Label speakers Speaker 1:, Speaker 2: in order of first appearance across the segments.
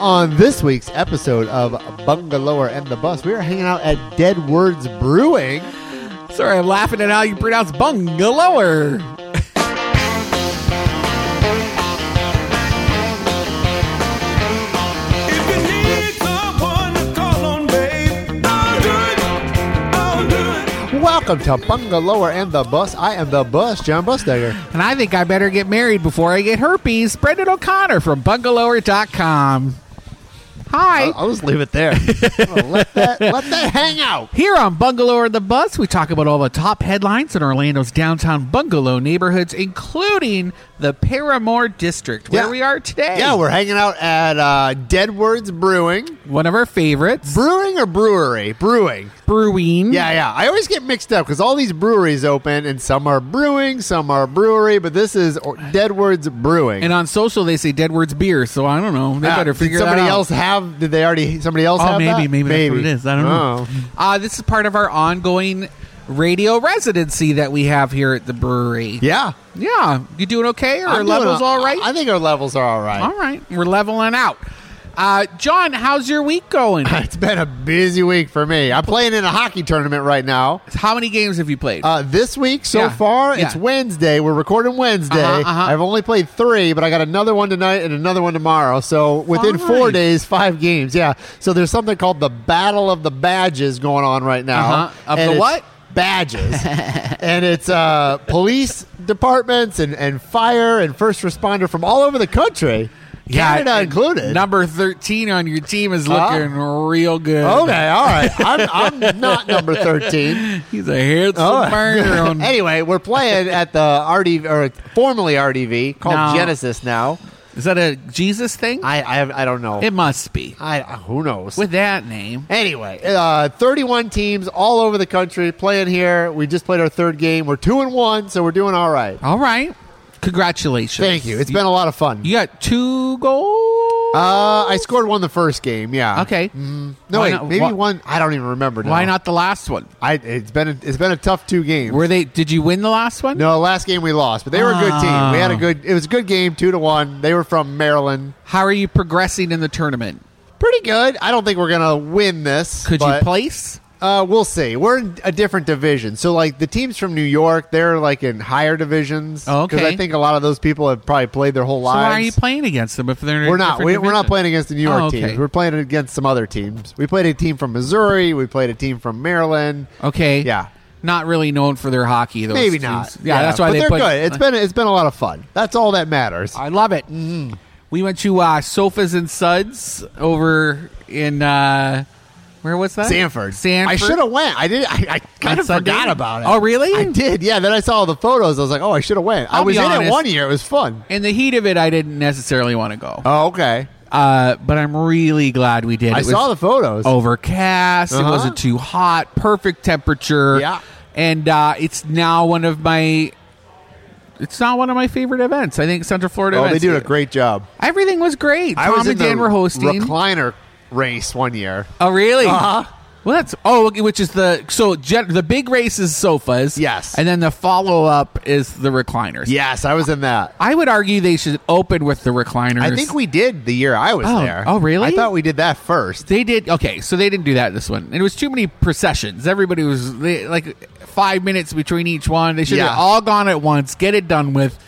Speaker 1: On this week's episode of Bungalower and the Bus, we are hanging out at Dead Words Brewing.
Speaker 2: Sorry, I'm laughing at how you pronounce bungalower.
Speaker 3: If you need someone to call on, babe, I'll do it. I'll do it.
Speaker 1: Welcome to Bungalower and the Bus. I am the bus, John Busdegger.
Speaker 2: And I think I better get married before I get herpes. Brendan O'Connor from bungalower.com. Hi.
Speaker 1: I'll, I'll just leave it there. I'm gonna let that let that hang out.
Speaker 2: Here on Bungalow or the Bus, we talk about all the top headlines in Orlando's downtown bungalow neighborhoods, including the Paramore District, where
Speaker 1: Yeah.
Speaker 2: we are today.
Speaker 1: Yeah, we're hanging out at uh, Dead Words Brewing.
Speaker 2: one of our favorites,
Speaker 1: Brewing or brewery? Brewing.
Speaker 2: brewing.
Speaker 1: Yeah, yeah. I always get mixed up because all these breweries open, and some are brewing, some are brewery, but this is or- Dead Words Brewing.
Speaker 2: And on social, they say dead words beer, so I don't know. They
Speaker 1: Uh,
Speaker 2: better
Speaker 1: did
Speaker 2: figure
Speaker 1: somebody
Speaker 2: that out.
Speaker 1: else have? Did they already? Somebody else?
Speaker 2: Oh,
Speaker 1: have
Speaker 2: maybe,
Speaker 1: that?
Speaker 2: maybe, that's what it is. I don't know.
Speaker 1: Oh.
Speaker 2: Uh, this is part of our ongoing radio residency that we have here at the brewery.
Speaker 1: Yeah,
Speaker 2: Yeah, you doing okay? Our
Speaker 1: I'm doing
Speaker 2: levels all right?
Speaker 1: I think our levels are all right.
Speaker 2: all right, we're leveling out. Uh, John, how's your week going?
Speaker 1: It's been a busy week for me. I'm playing in a hockey tournament right now.
Speaker 2: How many games have you played?
Speaker 1: Uh, this week so
Speaker 2: Yeah,
Speaker 1: far,
Speaker 2: yeah.
Speaker 1: it's Wednesday. We're recording Wednesday.
Speaker 2: Uh-huh, uh-huh.
Speaker 1: I've only played three, but I got another one tonight and another one tomorrow. So within four
Speaker 2: Five.
Speaker 1: days, five games. Yeah. So there's something called the Battle of the Badges going on right now.
Speaker 2: Uh-huh. Of
Speaker 1: And
Speaker 2: the
Speaker 1: it's
Speaker 2: what?
Speaker 1: Badges. and it's uh, police departments and, and fire and first responder from all over the country, Canada
Speaker 2: and
Speaker 1: included.
Speaker 2: Number 13 on your team is looking real good.
Speaker 1: Oh, okay. All right. I'm, I'm not number 13.
Speaker 2: He's a handsome
Speaker 1: Oh.
Speaker 2: burner. On,
Speaker 1: anyway, we're playing at the RDV, or formerly RDV, called
Speaker 2: No.
Speaker 1: Genesis now.
Speaker 2: Is that a Jesus thing?
Speaker 1: I I, I don't know.
Speaker 2: it must be.
Speaker 1: I who knows.
Speaker 2: With that name.
Speaker 1: anyway, uh, 31 teams all over the country playing here. We just played our third game. We're two and one, so we're doing all right.
Speaker 2: All right. Congratulations.
Speaker 1: Thank you. It's been a lot of fun.
Speaker 2: You got two goals.
Speaker 1: Uh, mm, I scored one the first game. Yeah.
Speaker 2: okay.
Speaker 1: No,
Speaker 2: Why
Speaker 1: wait,
Speaker 2: not-
Speaker 1: maybe
Speaker 2: why-
Speaker 1: one. I don't even remember. Now.
Speaker 2: Why not the last one?
Speaker 1: I, it's been a, it's been a tough two games.
Speaker 2: Were they? Did you win the last one?
Speaker 1: no, last game we lost, but they were a good team. We had a
Speaker 2: Ah.
Speaker 1: good. It was a good game, two to one. They were from Maryland.
Speaker 2: How are you progressing in the tournament?
Speaker 1: pretty good. I don't think we're gonna win this.
Speaker 2: Could
Speaker 1: but,
Speaker 2: you place?
Speaker 1: Uh, we'll see. We're in a different division, so like the teams from New York, they're like in higher divisions.
Speaker 2: Oh, okay.
Speaker 1: I think a lot of those people have probably played their whole
Speaker 2: So
Speaker 1: lives.
Speaker 2: why are you playing against them if they're? in a
Speaker 1: we're not.
Speaker 2: different
Speaker 1: We, we're not
Speaker 2: division?
Speaker 1: playing against the New York
Speaker 2: Oh, okay.
Speaker 1: teams. We're playing against some other teams. We played a team from Missouri. We played a team from Maryland.
Speaker 2: Okay.
Speaker 1: Yeah.
Speaker 2: Not really known for their hockey. Those
Speaker 1: Maybe
Speaker 2: teams.
Speaker 1: not.
Speaker 2: Yeah, that's why
Speaker 1: but
Speaker 2: they
Speaker 1: are
Speaker 2: put.
Speaker 1: good. It's been it's been a lot of fun. That's all that matters.
Speaker 2: I love it.
Speaker 1: Mm-hmm.
Speaker 2: We went to uh, Sofas and Suds over in uh, where was that?
Speaker 1: Sanford.
Speaker 2: Sanford.
Speaker 1: I should have went. I did. I, I kind
Speaker 2: On
Speaker 1: of
Speaker 2: Sunday?
Speaker 1: forgot about it.
Speaker 2: Oh, really?
Speaker 1: I did. Yeah. Then I saw all the photos. I was like, oh, I should have went. i
Speaker 2: I'll
Speaker 1: was
Speaker 2: be
Speaker 1: in it
Speaker 2: honest.
Speaker 1: one year. It was fun.
Speaker 2: In the heat of it, I didn't necessarily want to go.
Speaker 1: Oh, okay.
Speaker 2: Uh, but I'm really glad we did.
Speaker 1: I
Speaker 2: It was Oh,
Speaker 1: saw the photos.
Speaker 2: overcast.
Speaker 1: Uh-huh.
Speaker 2: It wasn't too hot. Perfect temperature.
Speaker 1: Yeah.
Speaker 2: And uh, it's now one of my. It's not one of my favorite events. I think Central Florida.
Speaker 1: oh, they
Speaker 2: events
Speaker 1: did a great job.
Speaker 2: Everything was great.
Speaker 1: I
Speaker 2: Tom
Speaker 1: was in
Speaker 2: and Dan
Speaker 1: the
Speaker 2: were hosting.
Speaker 1: recliner race one year.
Speaker 2: oh, really?
Speaker 1: Uh-huh.
Speaker 2: Well, that's oh, okay, which is the so gen- the big race is sofas.
Speaker 1: Yes.
Speaker 2: and then the follow up is the recliners.
Speaker 1: Yes, I was in that.
Speaker 2: I would argue they should open with the recliners.
Speaker 1: I think we did the year I was
Speaker 2: Oh,
Speaker 1: there.
Speaker 2: oh, really?
Speaker 1: I thought we did that first.
Speaker 2: They did okay, so they didn't do that this one. And it was too many processions. Everybody was they, like five minutes between each one. They should
Speaker 1: Yeah.
Speaker 2: have all gone at once, get it done with,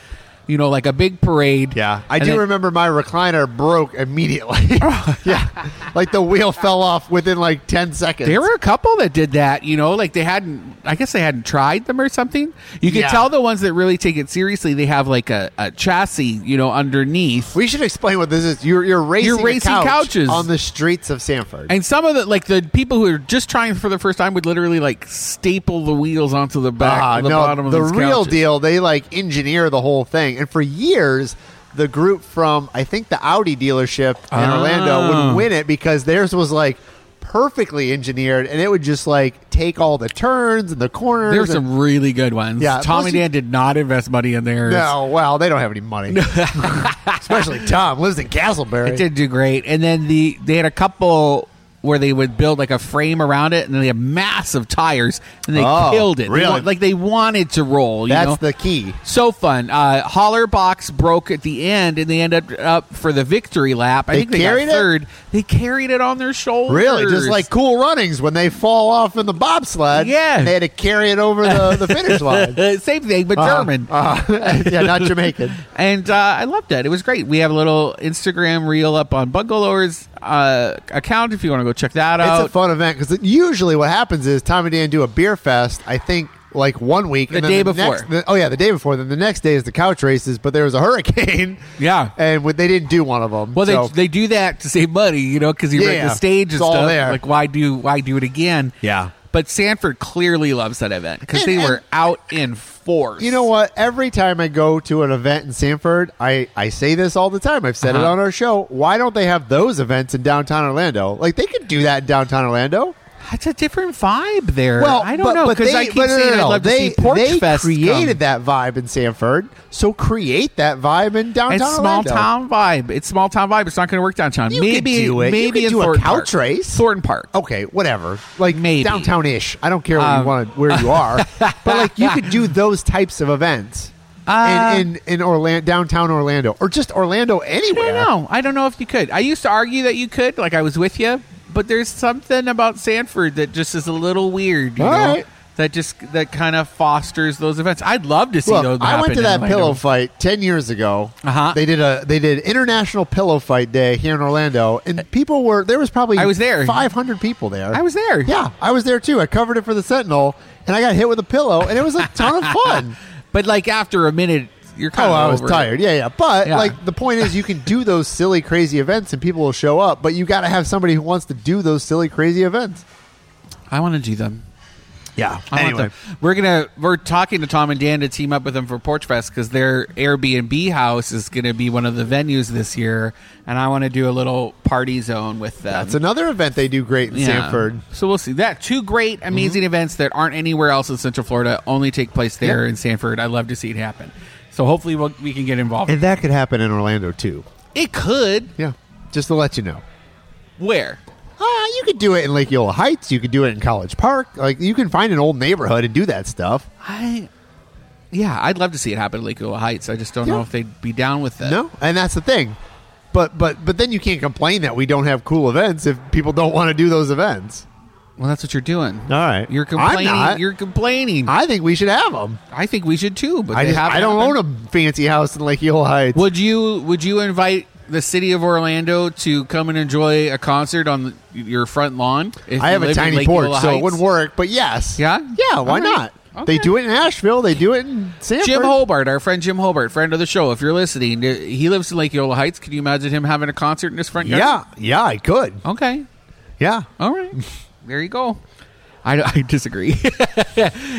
Speaker 2: you know, like a big parade.
Speaker 1: Yeah, I
Speaker 2: And
Speaker 1: do
Speaker 2: then-
Speaker 1: remember my recliner broke immediately. yeah, like the wheel fell off within like ten seconds.
Speaker 2: There were a couple that did that, you know, like they hadn't. I guess they hadn't tried them or something. You can
Speaker 1: Yeah.
Speaker 2: tell the ones that really take it seriously. They have like a, a chassis, you know, underneath.
Speaker 1: We should explain what this is. You're you're racing, a
Speaker 2: racing
Speaker 1: couch
Speaker 2: couches.
Speaker 1: on the streets of Sanford.
Speaker 2: And some of the like the people who are just trying for the first time would literally like staple the wheels onto the back,
Speaker 1: Ah,
Speaker 2: the bottom of
Speaker 1: the
Speaker 2: these
Speaker 1: real
Speaker 2: couches.
Speaker 1: deal. They like engineer the whole thing, and for years. The group from I think the Audi dealership in Orlando
Speaker 2: Ah.
Speaker 1: would win it because theirs was like perfectly engineered, and it would just like take all the turns and the corners.
Speaker 2: There were
Speaker 1: and-
Speaker 2: some really good ones.
Speaker 1: Yeah,
Speaker 2: Tom
Speaker 1: plus
Speaker 2: and
Speaker 1: you-
Speaker 2: Dan did not invest money in theirs.
Speaker 1: no, well, they don't have any money, especially Tom lives in Castleberry.
Speaker 2: It did do great. And then the they had a couple where they would build like a frame around it, and then they have massive tires, and they
Speaker 1: Oh,
Speaker 2: killed it. They
Speaker 1: really?
Speaker 2: wa- like they wanted to roll. You
Speaker 1: That's
Speaker 2: know?
Speaker 1: the key.
Speaker 2: So fun. Uh, Holler Box broke at the end, and they ended up, up for the victory lap. I
Speaker 1: They
Speaker 2: think they
Speaker 1: carried it?
Speaker 2: got third. They carried it on their shoulders.
Speaker 1: Really, just like cool runnings when they fall off in the bobsled.
Speaker 2: Yeah.
Speaker 1: and they had to carry it over the, the finish line.
Speaker 2: Uh, same thing, but
Speaker 1: Uh-huh.
Speaker 2: German.
Speaker 1: Uh-huh. yeah, not Jamaican.
Speaker 2: And uh, I loved it. It was great. We have a little Instagram reel up on Bungalower's uh, account if you want to go check that out.
Speaker 1: It's a fun event because usually what happens is Tom and Dan do a beer fest. I think like one week,
Speaker 2: The
Speaker 1: and then
Speaker 2: day
Speaker 1: the
Speaker 2: before.
Speaker 1: next- the- oh yeah, the day before. Then the next day is the couch races, but there was a hurricane.
Speaker 2: Yeah.
Speaker 1: and what- they didn't do one of them.
Speaker 2: well, they,
Speaker 1: so-
Speaker 2: they do that to save money, you know, because you rent
Speaker 1: Yeah.
Speaker 2: the stage and
Speaker 1: It's all
Speaker 2: stuff.
Speaker 1: there.
Speaker 2: Like, why do why do it again?
Speaker 1: Yeah.
Speaker 2: But Sanford clearly loves that event because
Speaker 1: And-
Speaker 2: they were
Speaker 1: and-
Speaker 2: out in force.
Speaker 1: You know what? Every time I go to an event in Sanford, I, I say this all the time. I've said it
Speaker 2: Uh-huh.
Speaker 1: on our show. Why don't they have those events in downtown Orlando? Like they could do that in downtown Orlando.
Speaker 2: It's a different vibe there.
Speaker 1: Well,
Speaker 2: I don't
Speaker 1: but,
Speaker 2: know
Speaker 1: but
Speaker 2: because
Speaker 1: they-
Speaker 2: I keep
Speaker 1: but no, no,
Speaker 2: saying
Speaker 1: no,
Speaker 2: I'd love
Speaker 1: they,
Speaker 2: to see Porch
Speaker 1: they
Speaker 2: Fest
Speaker 1: created
Speaker 2: come.
Speaker 1: that vibe in Sanford, so create that vibe in downtown.
Speaker 2: It's small
Speaker 1: Orlando.
Speaker 2: town vibe. It's small town vibe. It's not going to work downtown.
Speaker 1: You
Speaker 2: maybe
Speaker 1: could do it. You
Speaker 2: maybe
Speaker 1: could
Speaker 2: in
Speaker 1: do a
Speaker 2: Thornton
Speaker 1: couch
Speaker 2: Park.
Speaker 1: race. Oh,
Speaker 2: Thornton Park.
Speaker 1: Okay, whatever. Like
Speaker 2: Maybe. Um,
Speaker 1: downtown ish. I don't care where you want where you are, but like you could do those types of events
Speaker 2: Uh,
Speaker 1: in, in in Orlando, downtown Orlando, or just Orlando
Speaker 2: I
Speaker 1: anywhere.
Speaker 2: don't know. I don't know if you could. I used to argue that you could, like I was with you, but there's something about Sanford that just is a little weird. You
Speaker 1: All
Speaker 2: know?
Speaker 1: right.
Speaker 2: That just that kind of fosters those events. I'd love to see
Speaker 1: Look,
Speaker 2: those.
Speaker 1: I went
Speaker 2: happen
Speaker 1: to
Speaker 2: in
Speaker 1: that
Speaker 2: Orlando.
Speaker 1: pillow fight ten years ago.
Speaker 2: Uh-huh.
Speaker 1: They did a they did International Pillow Fight Day here in Orlando, and people were there was probably
Speaker 2: I was there.
Speaker 1: five hundred people there.
Speaker 2: I was there.
Speaker 1: Yeah, I was there too. I covered it for the Sentinel, and I got hit with a pillow, and it was a ton of fun.
Speaker 2: but like after a minute, you're kind
Speaker 1: Oh,
Speaker 2: of
Speaker 1: I was
Speaker 2: over it.
Speaker 1: tired. Yeah, yeah. But
Speaker 2: Yeah.
Speaker 1: like the point is, you can do those silly, crazy events, and people will show up. But you got to have somebody who wants to do those silly, crazy events.
Speaker 2: I want to do them.
Speaker 1: Yeah.
Speaker 2: I want them. we're gonna we're talking to Tom and Dan to team up with them for Porch Fest because their Airbnb house is gonna be one of the venues this year, and I want to do a little party zone with them.
Speaker 1: that's another event they do great in
Speaker 2: Yeah.
Speaker 1: Sanford.
Speaker 2: So we'll see. That two great, amazing events that aren't anywhere else in Central Florida only take place there in Sanford. I'd love to see it happen. So hopefully we'll, we can get involved.
Speaker 1: And that could happen in Orlando too.
Speaker 2: It could.
Speaker 1: Yeah. Just to let you know.
Speaker 2: Where?
Speaker 1: Uh, you could do it in Lake Yola Heights. You could do it in College Park. Like you can find an old neighborhood and do that stuff.
Speaker 2: I. Yeah, I'd love to see it happen at Lake Ola Heights. I just don't
Speaker 1: Yeah.
Speaker 2: know if they'd be down with that.
Speaker 1: No, and that's the thing. But but but then you can't complain that we don't have cool events if people don't want to do those events.
Speaker 2: Well, that's what you're doing.
Speaker 1: All right.
Speaker 2: You're
Speaker 1: I'm
Speaker 2: complaining.
Speaker 1: not.
Speaker 2: You're complaining. I,
Speaker 1: I think we should have them.
Speaker 2: think we should too, but
Speaker 1: I,
Speaker 2: they
Speaker 1: just,
Speaker 2: haven't
Speaker 1: I don't
Speaker 2: happened.
Speaker 1: own a fancy house in Lake Yola Heights.
Speaker 2: Would you Would you invite the city of Orlando to come and enjoy a concert on your front lawn? If
Speaker 1: I
Speaker 2: you
Speaker 1: have a
Speaker 2: live in
Speaker 1: tiny
Speaker 2: Lake
Speaker 1: porch,
Speaker 2: Ola
Speaker 1: so it
Speaker 2: Heights?
Speaker 1: wouldn't work. But yes,
Speaker 2: Yeah?
Speaker 1: yeah. Why
Speaker 2: All right.
Speaker 1: not? They
Speaker 2: Okay.
Speaker 1: do it in Asheville. They do it in Sanford.
Speaker 2: Jim Hobart, our friend Jim Hobart, friend of the show. If you're listening, uh, he lives in Lake Yola Heights. Can you imagine him having a concert in his front yard?
Speaker 1: Yeah, yeah. I could.
Speaker 2: Okay.
Speaker 1: Yeah.
Speaker 2: All right. there you go. I, I disagree.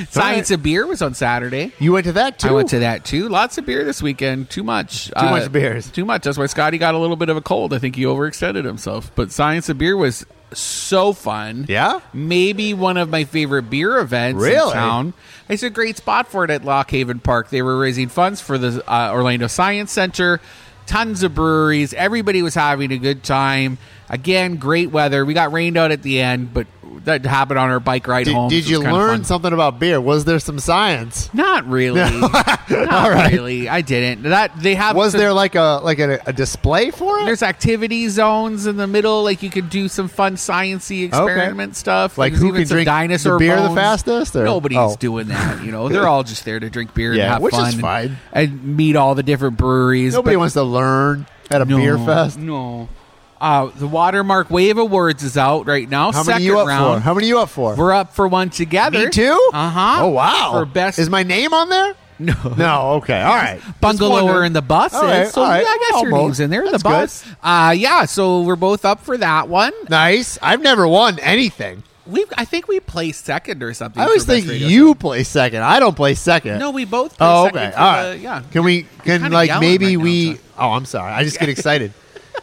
Speaker 2: Science of Beer was on Saturday.
Speaker 1: You went to that too.
Speaker 2: I went to that too. Lots of beer this weekend. Too much. Too
Speaker 1: much beers.
Speaker 2: Too much. That's why Scotty got a little bit of a cold. I think he overextended himself. But Science of Beer was so fun.
Speaker 1: Yeah?
Speaker 2: Maybe one of my favorite beer events in
Speaker 1: Really?
Speaker 2: town. It's a great spot for it at Lock Haven Park. They were raising funds for the uh, Orlando Science Center. Tons of breweries. Everybody was having a good time. Again, great weather. We got rained out at the end, but that happened on our bike ride
Speaker 1: Did,
Speaker 2: home.
Speaker 1: did
Speaker 2: so it
Speaker 1: you
Speaker 2: was kinda
Speaker 1: learn
Speaker 2: fun.
Speaker 1: something about beer? Was there some science?
Speaker 2: Not really. Not
Speaker 1: right.
Speaker 2: really. I didn't. That they have.
Speaker 1: Was
Speaker 2: some-
Speaker 1: there like a like a, a display for it?
Speaker 2: There's activity zones in the middle, like you could do some fun sciency experiment stuff.
Speaker 1: Like
Speaker 2: There's
Speaker 1: who
Speaker 2: even
Speaker 1: can
Speaker 2: some
Speaker 1: drink
Speaker 2: dinosaur
Speaker 1: the beer the
Speaker 2: bones.
Speaker 1: fastest, or-
Speaker 2: Nobody's
Speaker 1: oh.
Speaker 2: doing that. You know, they're all just there to drink beer and
Speaker 1: Yeah,
Speaker 2: have
Speaker 1: which is
Speaker 2: fun and-
Speaker 1: fine.
Speaker 2: and, meet all the different breweries.
Speaker 1: Nobody
Speaker 2: but-
Speaker 1: wants to learn at a
Speaker 2: no,
Speaker 1: beer fest.
Speaker 2: No. Uh, the Watermark Wave Awards is out right now.
Speaker 1: How
Speaker 2: Second
Speaker 1: many you up for?
Speaker 2: round.
Speaker 1: How many you up for?
Speaker 2: We're up for one together.
Speaker 1: Me too.
Speaker 2: Uh huh.
Speaker 1: Oh wow.
Speaker 2: For best
Speaker 1: is my name on there?
Speaker 2: No.
Speaker 1: No. Okay. All right. Just
Speaker 2: bungalower
Speaker 1: wondering.
Speaker 2: in the bus.
Speaker 1: All right,
Speaker 2: so
Speaker 1: all right.
Speaker 2: yeah, I guess your
Speaker 1: Almost.
Speaker 2: name's in there in the
Speaker 1: That's
Speaker 2: bus.
Speaker 1: good.
Speaker 2: Uh, yeah, so we're both up for that one.
Speaker 1: Nice. I've never won anything.
Speaker 2: We I think we placed second or something.
Speaker 1: I always
Speaker 2: for best
Speaker 1: think
Speaker 2: radio
Speaker 1: you play second. I don't play second.
Speaker 2: show. No, we both. Placed
Speaker 1: Oh,
Speaker 2: Second
Speaker 1: okay.
Speaker 2: for
Speaker 1: All
Speaker 2: the-
Speaker 1: right.
Speaker 2: Yeah.
Speaker 1: Can we? Can
Speaker 2: kinda
Speaker 1: like
Speaker 2: yelling
Speaker 1: maybe
Speaker 2: right now,
Speaker 1: we?
Speaker 2: John.
Speaker 1: oh, I'm sorry. I just get excited.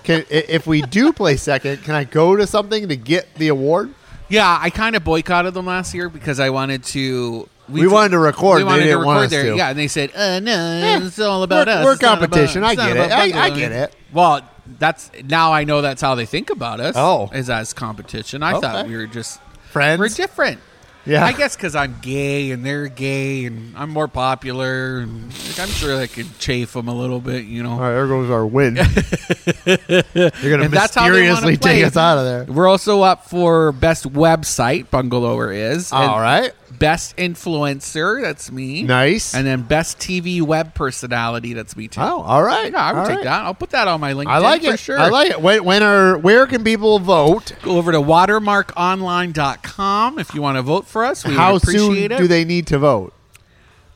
Speaker 1: Can i- if we do play second? Can I go to something to get the award?
Speaker 2: Yeah, I kind of boycotted them last year because I wanted to.
Speaker 1: We wanted to record,
Speaker 2: We
Speaker 1: and they
Speaker 2: wanted to
Speaker 1: didn't
Speaker 2: record
Speaker 1: want us
Speaker 2: there.
Speaker 1: to.
Speaker 2: Yeah, and they said, "Uh, no,
Speaker 1: Eh,
Speaker 2: it's all about
Speaker 1: we're-
Speaker 2: us.
Speaker 1: we're
Speaker 2: It's not about-
Speaker 1: competition. I
Speaker 2: it's not
Speaker 1: get it.
Speaker 2: about
Speaker 1: I- I
Speaker 2: Bungalow."
Speaker 1: get it.
Speaker 2: Well, that's now I know that's how they think about us.
Speaker 1: Oh.
Speaker 2: is as competition. I thought
Speaker 1: Okay.
Speaker 2: we were just
Speaker 1: Friends?
Speaker 2: We're different.
Speaker 1: Yeah.
Speaker 2: I guess because I'm gay and they're gay and I'm more popular. And like, I'm sure I could chafe them a little bit, you know.
Speaker 1: All right, there goes our win. You're gonna
Speaker 2: And that's how they wanna
Speaker 1: mysteriously
Speaker 2: play.
Speaker 1: take us out of there.
Speaker 2: We're also up for best website. Bungalower is And
Speaker 1: All right,
Speaker 2: Best influencer. That's me.
Speaker 1: nice.
Speaker 2: And then best TV web personality. That's me too.
Speaker 1: oh, all right.
Speaker 2: yeah, I would
Speaker 1: all
Speaker 2: take
Speaker 1: right.
Speaker 2: that. I'll put that on my LinkedIn.
Speaker 1: I like
Speaker 2: for
Speaker 1: it.
Speaker 2: Sure.
Speaker 1: I like it. When, when are where can people vote?
Speaker 2: Go over to watermarkonline.com if you want to vote for us. We would
Speaker 1: How soon
Speaker 2: appreciate it.
Speaker 1: do they need to vote?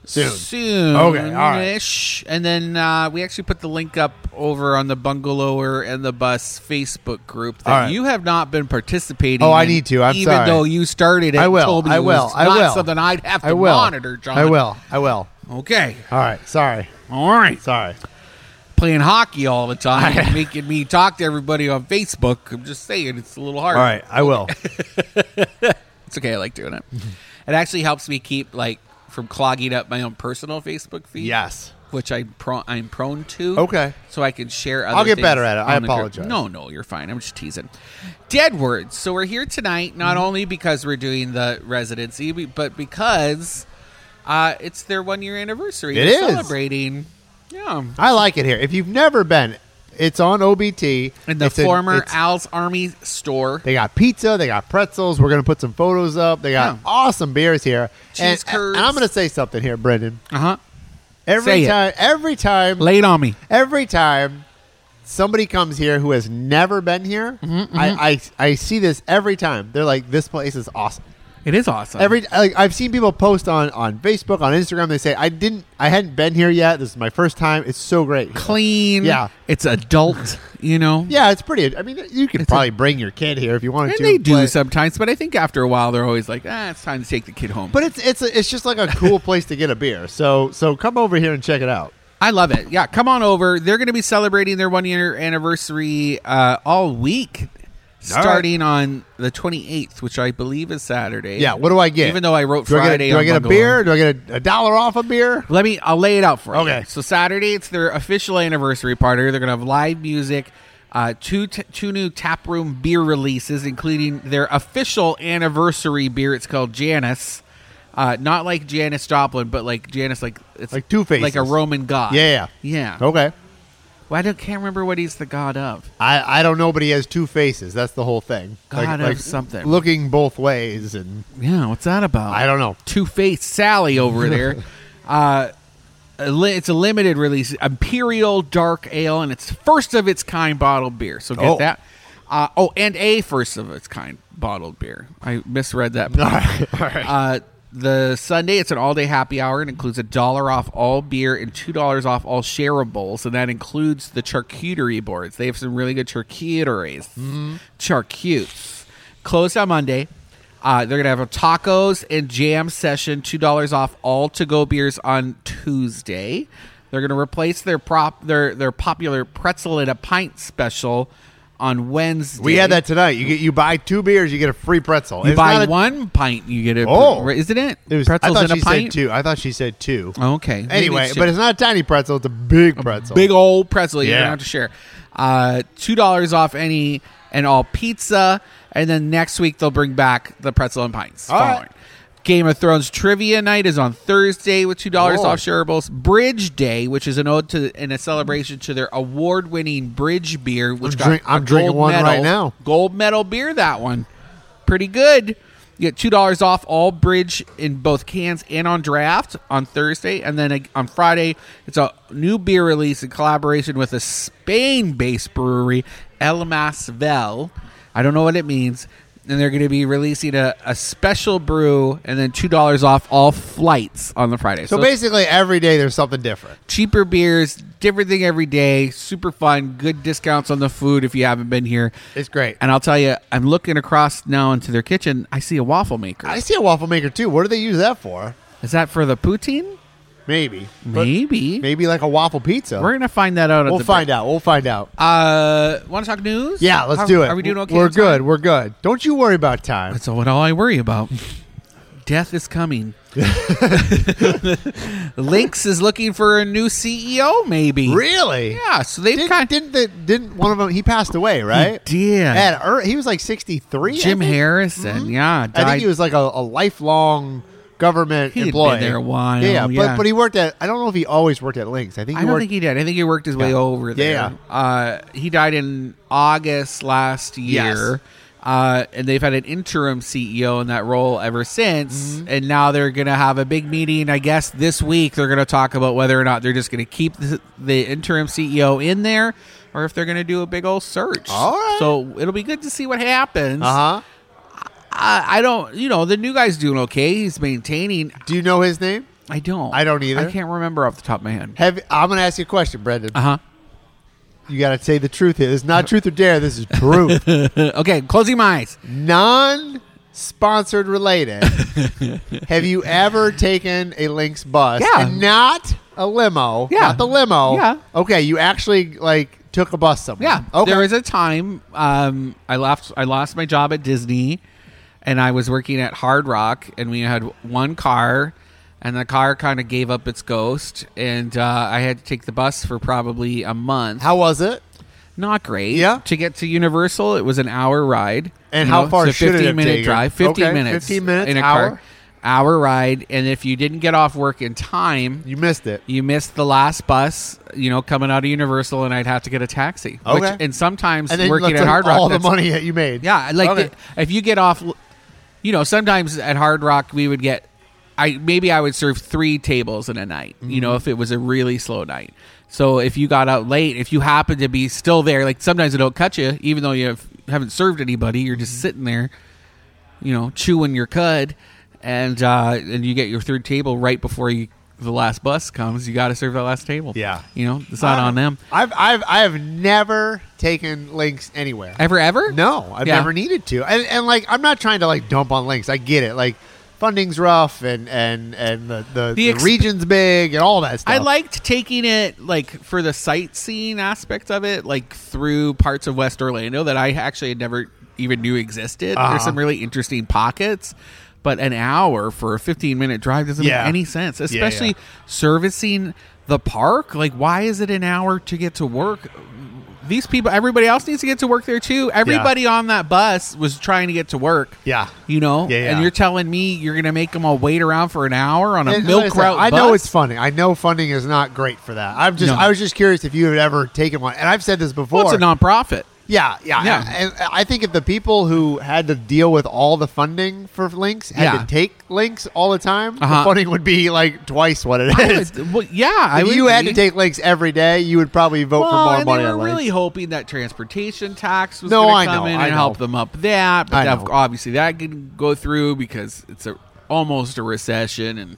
Speaker 1: Soon.
Speaker 2: Soon.
Speaker 1: Okay, all right.
Speaker 2: And then uh, we actually put the link up over on the Bungalower and the Bus Facebook group that
Speaker 1: All right.
Speaker 2: you have not been participating
Speaker 1: Oh, I
Speaker 2: in,
Speaker 1: need to. I'm
Speaker 2: even
Speaker 1: sorry.
Speaker 2: though you started it.
Speaker 1: I
Speaker 2: and
Speaker 1: will.
Speaker 2: told me
Speaker 1: I
Speaker 2: it
Speaker 1: will.
Speaker 2: was
Speaker 1: I
Speaker 2: not
Speaker 1: will.
Speaker 2: something I'd have to
Speaker 1: I will.
Speaker 2: monitor, John.
Speaker 1: I will. I will.
Speaker 2: Okay.
Speaker 1: All right. Sorry.
Speaker 2: All right.
Speaker 1: Sorry.
Speaker 2: Playing hockey all the time, making me talk to everybody on Facebook. I'm just saying, it's a little hard.
Speaker 1: All right. I will.
Speaker 2: It's okay. I like doing it. it actually helps me keep like from clogging up my own personal Facebook feed.
Speaker 1: yes.
Speaker 2: which I pro- I'm prone to.
Speaker 1: Okay.
Speaker 2: so I can share. Other
Speaker 1: I'll get
Speaker 2: things
Speaker 1: better at it. I
Speaker 2: on the group.
Speaker 1: apologize.
Speaker 2: No, no, you're fine. I'm just teasing. Dead words. So we're here tonight not
Speaker 1: Mm-hmm.
Speaker 2: only because we're doing the residency, be- but because uh, it's their one year anniversary.
Speaker 1: It
Speaker 2: We're
Speaker 1: is.
Speaker 2: celebrating. Yeah,
Speaker 1: I like it here. If you've never been, it's on OBT.
Speaker 2: in the
Speaker 1: It's a-
Speaker 2: former
Speaker 1: it's-
Speaker 2: Al's Army store.
Speaker 1: They got pizza. They got pretzels. We're gonna put some photos up. They got
Speaker 2: Yeah.
Speaker 1: awesome beers here. And-
Speaker 2: Cheese
Speaker 1: and,
Speaker 2: curds.
Speaker 1: I'm gonna say something here, Brendan.
Speaker 2: Uh huh.
Speaker 1: Mm-hmm.
Speaker 2: Say
Speaker 1: Every
Speaker 2: it.
Speaker 1: time, every time,
Speaker 2: Laid on me.
Speaker 1: every time somebody comes here who has never been here,
Speaker 2: Mm-hmm,
Speaker 1: I, I I see this every time. They're like, "This place is awesome."
Speaker 2: It is awesome.
Speaker 1: Every like, I've seen people post on on Facebook, on Instagram. They say, "I didn't, I hadn't been here yet. This is my first time. It's so great." here."
Speaker 2: clean.
Speaker 1: Yeah.
Speaker 2: it's adult. You know.
Speaker 1: Yeah, it's pretty. I mean, you could probably bring your kid here if you wanted
Speaker 2: And
Speaker 1: to.
Speaker 2: they do
Speaker 1: but-
Speaker 2: sometimes, but I think after a while they're always like, "Ah, it's time to take the kid home."
Speaker 1: But it's it's a, it's just like a cool place to get a beer. So so come over here and check it out.
Speaker 2: I love it. Yeah, come on over. They're going to be celebrating their one year anniversary uh, all week, starting on the 28th, which I believe is Saturday.
Speaker 1: Yeah, what do I get?
Speaker 2: Even though I wrote
Speaker 1: do I get,
Speaker 2: Friday,
Speaker 1: do I
Speaker 2: on
Speaker 1: get a
Speaker 2: Bungalow.
Speaker 1: beer? Do I get a, a dollar off a beer?
Speaker 2: Let me. I'll lay it out for you.
Speaker 1: Okay.
Speaker 2: So Saturday, it's their official anniversary party. They're going to have live music, uh, two t- two new taproom beer releases, including their official anniversary beer. It's called Janus. Uh, not like Janus Joplin, but like Janus, like it's
Speaker 1: Like Two Faces.
Speaker 2: like a Roman god.
Speaker 1: Yeah,
Speaker 2: yeah.
Speaker 1: Okay.
Speaker 2: Well, I don't, can't remember what he's the god of.
Speaker 1: I, I don't know, but he has two faces. That's the whole thing.
Speaker 2: God of something.
Speaker 1: Looking both ways, and
Speaker 2: Yeah, what's that about?
Speaker 1: I don't know.
Speaker 2: Two faced Sally over there. uh, a li- it's a limited release Imperial Dark Ale, and it's first of its kind bottled beer. So get
Speaker 1: Oh.
Speaker 2: that. Uh, oh, and a first of its kind bottled beer. I misread that.
Speaker 1: All right. All right.
Speaker 2: Uh, the Sunday, it's an all day happy hour and includes a dollar off all beer and two dollars off all shareables, and that includes the charcuterie boards. They have some really good charcuteries,
Speaker 1: Mm-hmm.
Speaker 2: charcutes. Closed on Monday. Uh, they're gonna have a tacos and jam session, two dollars off all to go beers on Tuesday. They're gonna replace their prop their their popular pretzel and a pint special on Wednesday.
Speaker 1: we had that tonight. You get you buy two beers, you get a free pretzel.
Speaker 2: You
Speaker 1: It's
Speaker 2: buy
Speaker 1: not a-
Speaker 2: one pint, you get a
Speaker 1: Oh.
Speaker 2: isn't it?
Speaker 1: It was,
Speaker 2: Pretzels
Speaker 1: I thought
Speaker 2: in a
Speaker 1: she
Speaker 2: pint.
Speaker 1: said two. I thought she said two.
Speaker 2: Okay. Maybe
Speaker 1: Anyway,
Speaker 2: it's
Speaker 1: but it's not a tiny pretzel. It's a big pretzel.
Speaker 2: big old pretzel. You're
Speaker 1: Yeah.
Speaker 2: gonna have to share. Uh, Two dollars off any and all pizza, and then next week they'll bring back the pretzel and pints.
Speaker 1: All
Speaker 2: following.
Speaker 1: right.
Speaker 2: Game of Thrones trivia night is on Thursday with two dollars
Speaker 1: Oh.
Speaker 2: off shareables. Bridge Day, which is an ode to and a celebration to their award-winning bridge beer, which
Speaker 1: I'm
Speaker 2: got
Speaker 1: drink-
Speaker 2: a
Speaker 1: I'm drinking
Speaker 2: gold
Speaker 1: one
Speaker 2: medal-
Speaker 1: right now.
Speaker 2: Gold medal beer. That one, pretty good. You get two dollars off all bridge in both cans and on draft on Thursday, and then ag- on Friday it's a new beer release in collaboration with a Spain-based brewery, El Masvel. I don't know what it means, and they're going to be releasing a, a special brew, and then two dollars off all flights on the Friday.
Speaker 1: So
Speaker 2: it's-
Speaker 1: basically, every day there's something different.
Speaker 2: cheaper beers, different thing every day, super fun, good discounts on the food if you haven't been here.
Speaker 1: It's great.
Speaker 2: And I'll tell you, I'm looking across now into their kitchen. I see a waffle maker.
Speaker 1: I see a waffle maker too. What do they use that for?
Speaker 2: Is that for the poutine?
Speaker 1: Maybe, But
Speaker 2: Maybe.
Speaker 1: maybe like a waffle pizza.
Speaker 2: We're gonna find that out. at
Speaker 1: we'll
Speaker 2: the
Speaker 1: find out. We'll find out.
Speaker 2: Uh, want to talk news?
Speaker 1: Yeah, let's
Speaker 2: How-
Speaker 1: do it.
Speaker 2: Are we doing okay?
Speaker 1: We're
Speaker 2: on time?
Speaker 1: good. We're good. Don't you worry about time.
Speaker 2: That's all what all I worry about. Death is coming. Lynx is looking for a new CEO, maybe.
Speaker 1: Really?
Speaker 2: Yeah, so they've
Speaker 1: Didn't,
Speaker 2: kind
Speaker 1: didn't, the, didn't one of them? He passed away, right?
Speaker 2: did.
Speaker 1: At Ur- he was like sixty three.
Speaker 2: Jim Harrison, yeah.
Speaker 1: Mm-hmm. I
Speaker 2: died-
Speaker 1: think he was like a, a lifelong government
Speaker 2: He'd
Speaker 1: employee.
Speaker 2: been there a while,
Speaker 1: Yeah,
Speaker 2: yeah.
Speaker 1: But, but he worked at. I don't know if he always worked at Links. I think
Speaker 2: I
Speaker 1: he
Speaker 2: don't
Speaker 1: worked.
Speaker 2: think he did. I think he worked his way over there.
Speaker 1: Yeah.
Speaker 2: Uh, he died in August last year. Uh, and they've had an interim CEO in that role ever since.
Speaker 1: Mm-hmm.
Speaker 2: And now they're going to have a big meeting. I guess this week they're going to talk about whether or not they're just going to keep the, the interim CEO in there or if they're going to do a big old search.
Speaker 1: All right.
Speaker 2: So it'll be good to see what happens.
Speaker 1: uh huh.
Speaker 2: I, I don't, you know, the new guy's doing okay. He's maintaining.
Speaker 1: Do you know his name?
Speaker 2: I don't.
Speaker 1: I don't either.
Speaker 2: I can't remember off the top of my head.
Speaker 1: Have I'm going to ask you a question, Brendan.
Speaker 2: Uh huh.
Speaker 1: You got to say the truth here. This is not truth or dare. This is truth.
Speaker 2: Uh, Okay, closing my eyes.
Speaker 1: Non-sponsored related. have you ever taken a Links bus?
Speaker 2: Yeah.
Speaker 1: And not a limo.
Speaker 2: Yeah.
Speaker 1: Not the limo.
Speaker 2: Yeah.
Speaker 1: Okay. You actually like took a bus somewhere.
Speaker 2: Yeah.
Speaker 1: Okay.
Speaker 2: There was a time um, I left. I lost my job at Disney, and I was working at Hard Rock, and we had one car, and the car kind of gave up its ghost, and uh, I had to take the bus for probably a month.
Speaker 1: How was it?
Speaker 2: Not great.
Speaker 1: Yeah.
Speaker 2: To get to Universal, it was an hour ride.
Speaker 1: And
Speaker 2: You
Speaker 1: how
Speaker 2: know,
Speaker 1: far
Speaker 2: it's a
Speaker 1: should it have
Speaker 2: minute
Speaker 1: taken?
Speaker 2: drive? Fifteen
Speaker 1: Okay,
Speaker 2: minutes.
Speaker 1: 15 minutes,
Speaker 2: in a
Speaker 1: hour?
Speaker 2: car. Hour ride, and if you didn't get off work in time,
Speaker 1: You missed it.
Speaker 2: you missed the last bus, you know, coming out of Universal, and I'd have to get a taxi.
Speaker 1: Okay.
Speaker 2: Which, and sometimes
Speaker 1: and then
Speaker 2: working
Speaker 1: let's
Speaker 2: at
Speaker 1: take
Speaker 2: Hard Rock,
Speaker 1: all the
Speaker 2: that's-
Speaker 1: money that you made.
Speaker 2: Yeah, like
Speaker 1: Okay.
Speaker 2: the- if you get off, you know, sometimes at Hard Rock we would get, I maybe I would serve three tables in a night. You know, if it was a really slow night. So if you got out late, if you happen to be still there, like sometimes they don't cut you, even though you have, haven't served anybody, you're just sitting there you know, chewing your cud, and uh, and you get your third table right before you, the last bus comes. You got to serve that last table.
Speaker 1: Yeah.
Speaker 2: you know, it's not on them.
Speaker 1: I've I've I have never taken links anywhere.
Speaker 2: Ever, ever?
Speaker 1: No, I've
Speaker 2: Yeah.
Speaker 1: never needed to. And, and like I'm not trying to like dump on links. I get it. Like funding's rough and and and the the, the
Speaker 2: exp-
Speaker 1: region's big and all that stuff.
Speaker 2: I liked taking it like for the sightseeing aspect of it, like through parts of West Orlando that I actually had never even knew existed.
Speaker 1: Uh-huh.
Speaker 2: There's some really interesting pockets, but an hour for a 15 minute drive doesn't
Speaker 1: Yeah.
Speaker 2: make any sense,
Speaker 1: yeah.
Speaker 2: especially servicing the park. Like, why is it an hour to get to work? These people, everybody else needs to get to work there too. Everybody on that bus was trying to get to work.
Speaker 1: Yeah.
Speaker 2: You know,
Speaker 1: Yeah, yeah.
Speaker 2: and you're telling me you're going to make them all wait around for an hour on a
Speaker 1: And
Speaker 2: milk
Speaker 1: like I said,
Speaker 2: route.
Speaker 1: I know
Speaker 2: bus?
Speaker 1: it's funding. I know funding is not great for that. I'm just
Speaker 2: No.
Speaker 1: I was just curious if you had ever taken one. And I've said this before.
Speaker 2: Well, it's a nonprofit.
Speaker 1: Yeah, yeah,
Speaker 2: Yeah.
Speaker 1: And I think if the people who had to deal with all the funding for links had
Speaker 2: Yeah.
Speaker 1: to take links all the time,
Speaker 2: Uh-huh.
Speaker 1: the funding would be like twice what it
Speaker 2: I
Speaker 1: is.
Speaker 2: would- well, yeah, I
Speaker 1: if
Speaker 2: would
Speaker 1: you had to
Speaker 2: be.
Speaker 1: take links every day, you would probably vote
Speaker 2: Well,
Speaker 1: for more
Speaker 2: and
Speaker 1: money
Speaker 2: they
Speaker 1: on
Speaker 2: were
Speaker 1: links.
Speaker 2: really hoping that transportation tax was
Speaker 1: No,
Speaker 2: going
Speaker 1: I
Speaker 2: to come
Speaker 1: know,
Speaker 2: in
Speaker 1: I
Speaker 2: and
Speaker 1: know.
Speaker 2: help them up that, but
Speaker 1: I
Speaker 2: that,
Speaker 1: know.
Speaker 2: obviously that can go through because it's a, almost a recession and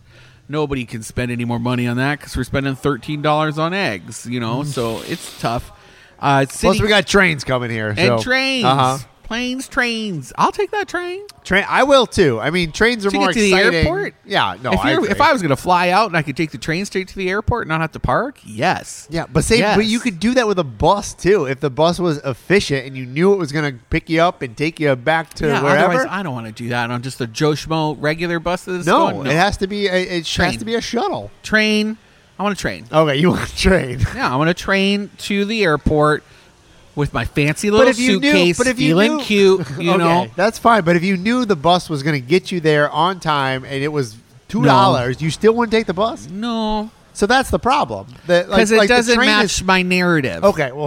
Speaker 2: nobody can spend any more money on that because we're spending thirteen dollars on eggs, you know. so it's tough. Uh,
Speaker 1: Mm. Plus,
Speaker 2: city-
Speaker 1: we got trains coming here.
Speaker 2: and
Speaker 1: so-
Speaker 2: trains,
Speaker 1: Uh-huh.
Speaker 2: planes, trains. I'll take that train.
Speaker 1: Train. I will too. I mean, trains are
Speaker 2: to
Speaker 1: more
Speaker 2: get to the
Speaker 1: exciting.
Speaker 2: airport?
Speaker 1: Yeah. No.
Speaker 2: if,
Speaker 1: I
Speaker 2: you're-
Speaker 1: agree.
Speaker 2: if I was going to fly out and I could take the train straight to the airport and not have to park, yes.
Speaker 1: Yeah, but say,
Speaker 2: Yes.
Speaker 1: but you could do that with a bus too. If the bus was efficient and you knew it was going to pick you up and take you back to
Speaker 2: yeah, otherwise
Speaker 1: wherever.
Speaker 2: I don't want to do that on just a Joe Schmo regular bus. That's
Speaker 1: no,
Speaker 2: going-
Speaker 1: it has to be. A, it
Speaker 2: Train.
Speaker 1: has to be a shuttle.
Speaker 2: train. I want to train.
Speaker 1: Okay, you want a train?
Speaker 2: Yeah, I want to train to the airport with my fancy little
Speaker 1: if you knew-
Speaker 2: suitcase,
Speaker 1: but if you
Speaker 2: feeling
Speaker 1: knew-
Speaker 2: cute. You
Speaker 1: okay,
Speaker 2: know,
Speaker 1: that's fine. But if you knew the bus was going to get you there on time and it was two dollars, you still wouldn't take the bus.
Speaker 2: no,
Speaker 1: So that's the problem. Because
Speaker 2: because it doesn't
Speaker 1: train
Speaker 2: match
Speaker 1: is-
Speaker 2: my narrative.
Speaker 1: Okay, well,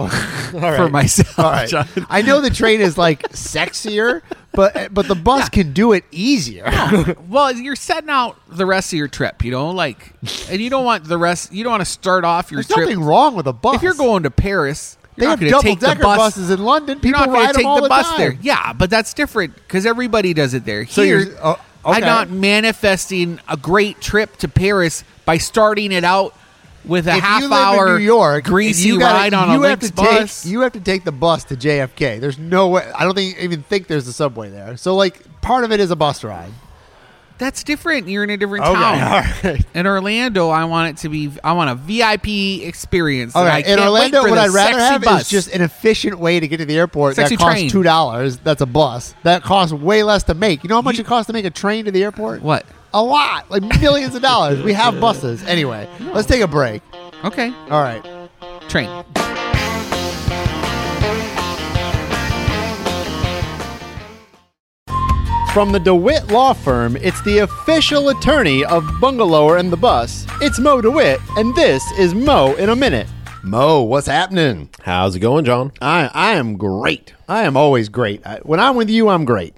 Speaker 1: all right.
Speaker 2: For myself,
Speaker 1: All right.
Speaker 2: John.
Speaker 1: I know the train is like sexier, but but the bus can do it easier.
Speaker 2: well, you're setting out the rest of your trip. You know, like, and you don't want the rest. You don't want to start off your
Speaker 1: There's
Speaker 2: trip.
Speaker 1: nothing wrong with a bus.
Speaker 2: If you're going to Paris,
Speaker 1: they
Speaker 2: you're
Speaker 1: have
Speaker 2: not going to
Speaker 1: double
Speaker 2: take the
Speaker 1: decker
Speaker 2: bus.
Speaker 1: buses in London.
Speaker 2: You're
Speaker 1: People
Speaker 2: not going
Speaker 1: ride
Speaker 2: to
Speaker 1: them
Speaker 2: take
Speaker 1: all
Speaker 2: the, bus
Speaker 1: time.
Speaker 2: there. Yeah, but that's different because everybody does it there.
Speaker 1: So
Speaker 2: Here,
Speaker 1: you're- oh,
Speaker 2: I'm
Speaker 1: okay.
Speaker 2: not manifesting a great trip to Paris by starting it out with a
Speaker 1: If
Speaker 2: half
Speaker 1: you live
Speaker 2: hour
Speaker 1: in New York,
Speaker 2: greasy
Speaker 1: you gotta-
Speaker 2: ride on
Speaker 1: you
Speaker 2: a
Speaker 1: have
Speaker 2: Lynx
Speaker 1: to take-
Speaker 2: bus.
Speaker 1: you have to take the bus to JFK. There's no way. I don't think even think there's a subway there. So like part of it is a bus ride.
Speaker 2: that's different. You're in a different town.
Speaker 1: right.
Speaker 2: In Orlando, I want it to be. I want a VIP experience.
Speaker 1: All
Speaker 2: that I
Speaker 1: right. In
Speaker 2: can't wait
Speaker 1: Orlando,
Speaker 2: for
Speaker 1: what
Speaker 2: the
Speaker 1: I'd rather
Speaker 2: sexy
Speaker 1: have
Speaker 2: bus.
Speaker 1: is just an efficient way to get to the airport
Speaker 2: Sexy
Speaker 1: that costs
Speaker 2: train.
Speaker 1: two dollars. That's a bus. That costs way less to make. You know how much
Speaker 2: You-
Speaker 1: it costs to make a train to the airport?
Speaker 2: what
Speaker 1: a lot, like millions of dollars. We have buses. Anyway, let's take a break.
Speaker 2: Okay,
Speaker 1: All right.
Speaker 2: train.
Speaker 1: From the DeWitt Law Firm, it's the official attorney of Bungalower and the Bus. It's Mo DeWitt, and this is Mo in a Minute. Mo, what's happening?
Speaker 4: How's it going, John?
Speaker 1: I, I am great. I am always great. I, when I'm with you, I'm great.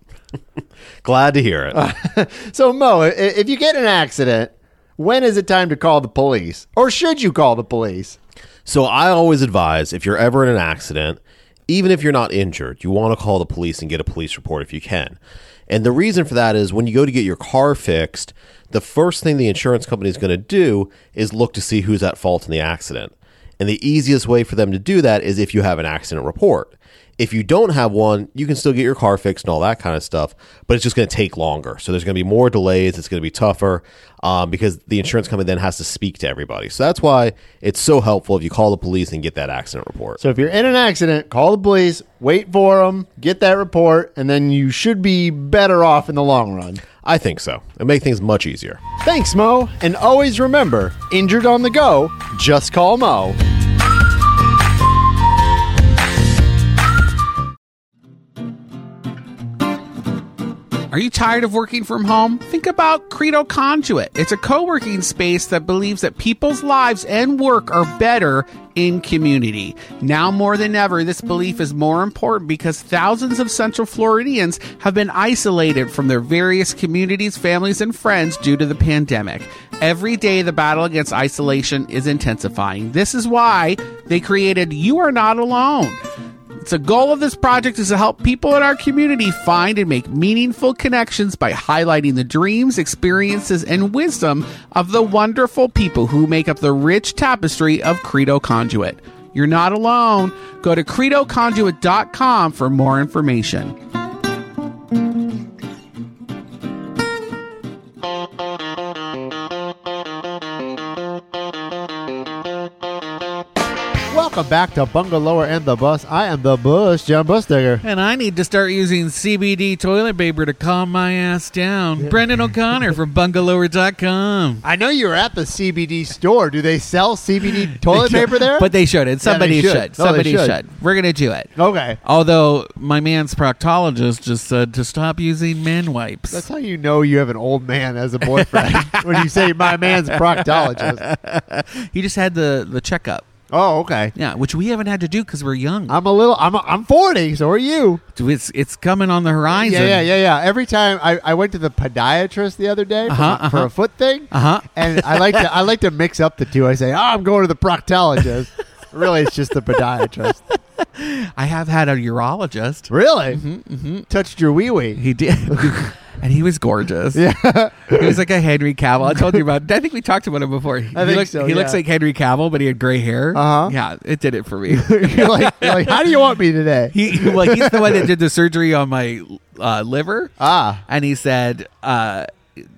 Speaker 4: Glad to hear it.
Speaker 1: So, Mo, i- if you get in an accident, when is it time to call the police? Or should you call the police?
Speaker 4: so, I always advise if you're ever in an accident, even if you're not injured, you want to call the police and get a police report if you can. And the reason for that is when you go to get your car fixed, the first thing the insurance company is going to do is look to see who's at fault in the accident. And the easiest way for them to do that is if you have an accident report. If you don't have one, you can still get your car fixed and all that kind of stuff, but it's just going to take longer. So there's going to be more delays. It's going to be tougher um, because the insurance company then has to speak to everybody. So that's why it's so helpful if you call the police and get that accident report.
Speaker 1: So, if you're in an accident, call the police, wait for them, get that report, and then you should be better off in the long run.
Speaker 4: I think so. It makes things much easier.
Speaker 1: Thanks, Mo. And always remember injured on the go, just call Mo.
Speaker 2: Are you tired of working from home? Think about Credo Conduit. It's a co working space that believes that people's lives and work are better in community. Now more than ever, this belief is more important because thousands of Central Floridians have been isolated from their various communities, families, and friends due to the pandemic. Every day, the battle against isolation is intensifying. This is why they created You Are Not Alone. It's a goal of this project is to help people in our community find and make meaningful connections by highlighting the dreams, experiences, and wisdom of the wonderful people who make up the rich tapestry of Credo Conduit. You're not alone. Go to credoconduit.com for more information.
Speaker 1: Welcome back to Bungalower and the Bus. I am the Bush, John Busdigger.
Speaker 2: And I need to start using CBD toilet paper to calm my ass down. Brendan O'Connor from bungalower.com.
Speaker 1: I know you were at the CBD store. Do they sell CBD toilet paper there?
Speaker 2: But they should. And
Speaker 1: Yeah, they
Speaker 2: somebody
Speaker 1: should.
Speaker 2: should.
Speaker 1: No, they
Speaker 2: Somebody
Speaker 1: should.
Speaker 2: should. We're going to do it.
Speaker 1: okay.
Speaker 2: Although my man's proctologist just said to stop using man wipes.
Speaker 1: That's how you know you have an old man as a boyfriend when you say my man's a proctologist.
Speaker 2: he just had the the checkup.
Speaker 1: Oh, okay.
Speaker 2: Yeah, which we haven't had to do because we're young.
Speaker 1: I'm a little. I'm I'm 40. So are you?
Speaker 2: it's it's coming on the horizon.
Speaker 1: Yeah, yeah, yeah, yeah. Every time I, I went to the podiatrist the other day for,
Speaker 2: Uh-huh,
Speaker 1: my- for
Speaker 2: uh-huh.
Speaker 1: a foot thing,
Speaker 2: Uh-huh.
Speaker 1: and I like to I like to mix up the two. I say, oh, I'm going to the proctologist. really, it's just the podiatrist.
Speaker 2: I have had a urologist.
Speaker 1: Really,
Speaker 2: Mm-hmm,
Speaker 1: touched your wee wee.
Speaker 2: He did. And he was gorgeous. Yeah, he was like a Henry Cavill. I told you about. I think we talked about him before. He,
Speaker 1: think
Speaker 2: looked,
Speaker 1: so,
Speaker 2: he looks
Speaker 1: yeah.
Speaker 2: like Henry Cavill, but he had gray hair.
Speaker 1: Uh-huh.
Speaker 2: Yeah, it did it for me.
Speaker 1: you're, like, you're like, how do you want me today?
Speaker 2: he well, he's the one that did the surgery on my uh, liver.
Speaker 1: ah,
Speaker 2: and he said uh,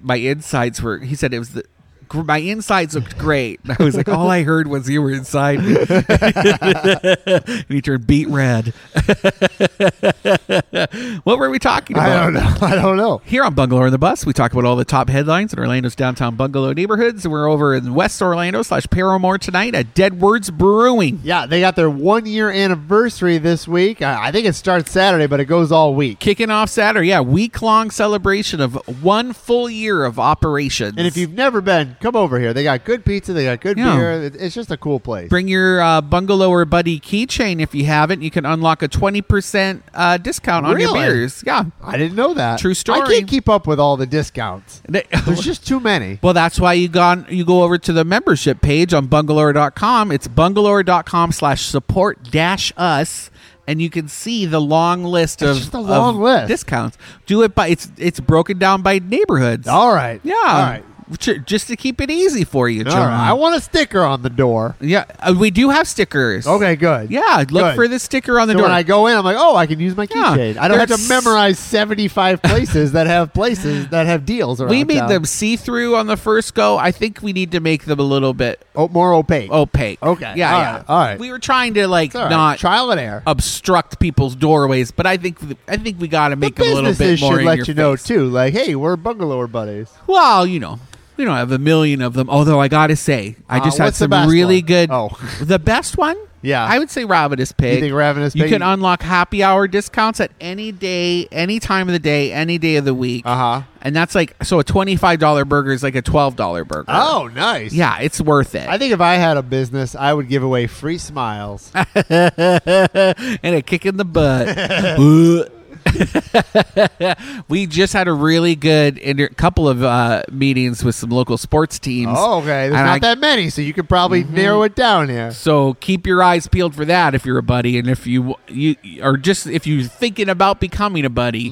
Speaker 2: my insides were he said it was the gr- my insides looked great. And I was like, all I heard was you were inside me. and he turned beet red. what were we talking
Speaker 1: I
Speaker 2: about?
Speaker 1: don't know. I don't know.
Speaker 2: Here on Bungalow on the Bus, we talk about all the top headlines in Orlando's downtown bungalow neighborhoods. We're over in West Orlando slash Paramore tonight at Dead Words Brewing.
Speaker 1: Yeah, they got their one year anniversary this week. I, I think it starts Saturday, but it goes all week.
Speaker 2: Kicking off Saturday, yeah, week long celebration of one full year of operations.
Speaker 1: And if you've never been, come over here. They got good pizza. They got good
Speaker 2: Yeah.
Speaker 1: beer. It- It's just a cool place.
Speaker 2: Bring your uh, bungalow or buddy keychain if you haven't. You can unlock a twenty percent uh, discount on your
Speaker 1: Really?
Speaker 2: beers. Yeah.
Speaker 1: I didn't know that.
Speaker 2: True
Speaker 1: I
Speaker 2: story.
Speaker 1: can't keep up with all the discounts.
Speaker 2: They-
Speaker 1: There's just too many.
Speaker 2: well, that's why you gone. You go over to the membership page on bungalow.com. It's bungalow.com slash support dash us, and you can see the long list
Speaker 1: It's
Speaker 2: of
Speaker 1: just a
Speaker 2: of
Speaker 1: long list.
Speaker 2: discounts. Do it by it's it's broken down by neighborhoods.
Speaker 1: Oh, All right.
Speaker 2: Yeah.
Speaker 1: All right.
Speaker 2: Ch- just to keep it easy for you,
Speaker 1: All
Speaker 2: John.
Speaker 1: right, I want a sticker on the door.
Speaker 2: yeah, uh, we do have stickers.
Speaker 1: Okay, good.
Speaker 2: Yeah, look
Speaker 1: Good.
Speaker 2: for the sticker on the
Speaker 1: So
Speaker 2: door.
Speaker 1: when I go in, I'm like, oh, I can use my
Speaker 2: Yeah.
Speaker 1: keychain. I don't have
Speaker 2: There's-
Speaker 1: to memorize 75 places that have places that have deals. Around
Speaker 2: we made
Speaker 1: town.
Speaker 2: them see through on the first go. I think we need to make them a little bit
Speaker 1: oh, more opaque.
Speaker 2: opaque.
Speaker 1: Okay,
Speaker 2: Yeah.
Speaker 1: all
Speaker 2: yeah.
Speaker 1: right, all right.
Speaker 2: We were trying to like
Speaker 1: It's all right.
Speaker 2: not
Speaker 1: trial and error.
Speaker 2: obstruct people's doorways, but I think I think we got to make
Speaker 1: the
Speaker 2: it a little bit
Speaker 1: businesses
Speaker 2: more.
Speaker 1: should
Speaker 2: in
Speaker 1: let
Speaker 2: your
Speaker 1: you know
Speaker 2: face.
Speaker 1: too. Like, hey, we're bungalower buddies.
Speaker 2: Well, you know, we don't have a million of them. Although I gotta say, I
Speaker 1: Uh,
Speaker 2: just had
Speaker 1: what's the
Speaker 2: some
Speaker 1: best
Speaker 2: really
Speaker 1: one?
Speaker 2: good.
Speaker 1: Oh.
Speaker 2: the best one.
Speaker 1: Yeah.
Speaker 2: I would say Ravenous Pig.
Speaker 1: think Ravenous
Speaker 2: You
Speaker 1: Pig-
Speaker 2: can unlock happy hour discounts at any day, any time of the day, any day of the week.
Speaker 1: Uh-huh.
Speaker 2: And that's like so a twenty five dollar burger is like a twelve dollar burger.
Speaker 1: Oh, nice.
Speaker 2: yeah, it's worth it.
Speaker 1: I think if I had a business, I would give away free smiles.
Speaker 2: and a kick in the butt. we just had a really good inter- couple of uh, meetings with some local sports teams.
Speaker 1: oh, okay. There's not
Speaker 2: And I- Mm-hmm.
Speaker 1: that many, so you could probably narrow it down here.
Speaker 2: So keep your eyes peeled for that if you're a buddy, and if you you or just if you're thinking about becoming a buddy,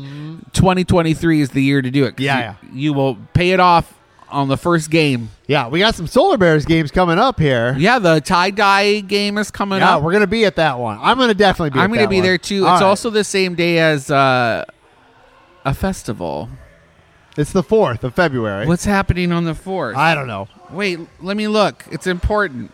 Speaker 2: 2023 is the year to do it.
Speaker 1: Mm-hmm.
Speaker 2: 'Cause
Speaker 1: Yeah,
Speaker 2: you,
Speaker 1: yeah.
Speaker 2: you will pay it off on the first game.
Speaker 1: Yeah, we got some Solar Bears games coming up here.
Speaker 2: Yeah, the tie dye game is coming
Speaker 1: Yeah,
Speaker 2: up.
Speaker 1: we're gonna be at that one. I'm gonna definitely be.
Speaker 2: I'm
Speaker 1: going to
Speaker 2: be there too. it's also the same day as uh, a festival.
Speaker 1: it's the fourth of February.
Speaker 2: What's happening on the fourth?
Speaker 1: I don't know.
Speaker 2: Wait, let me look. It's important.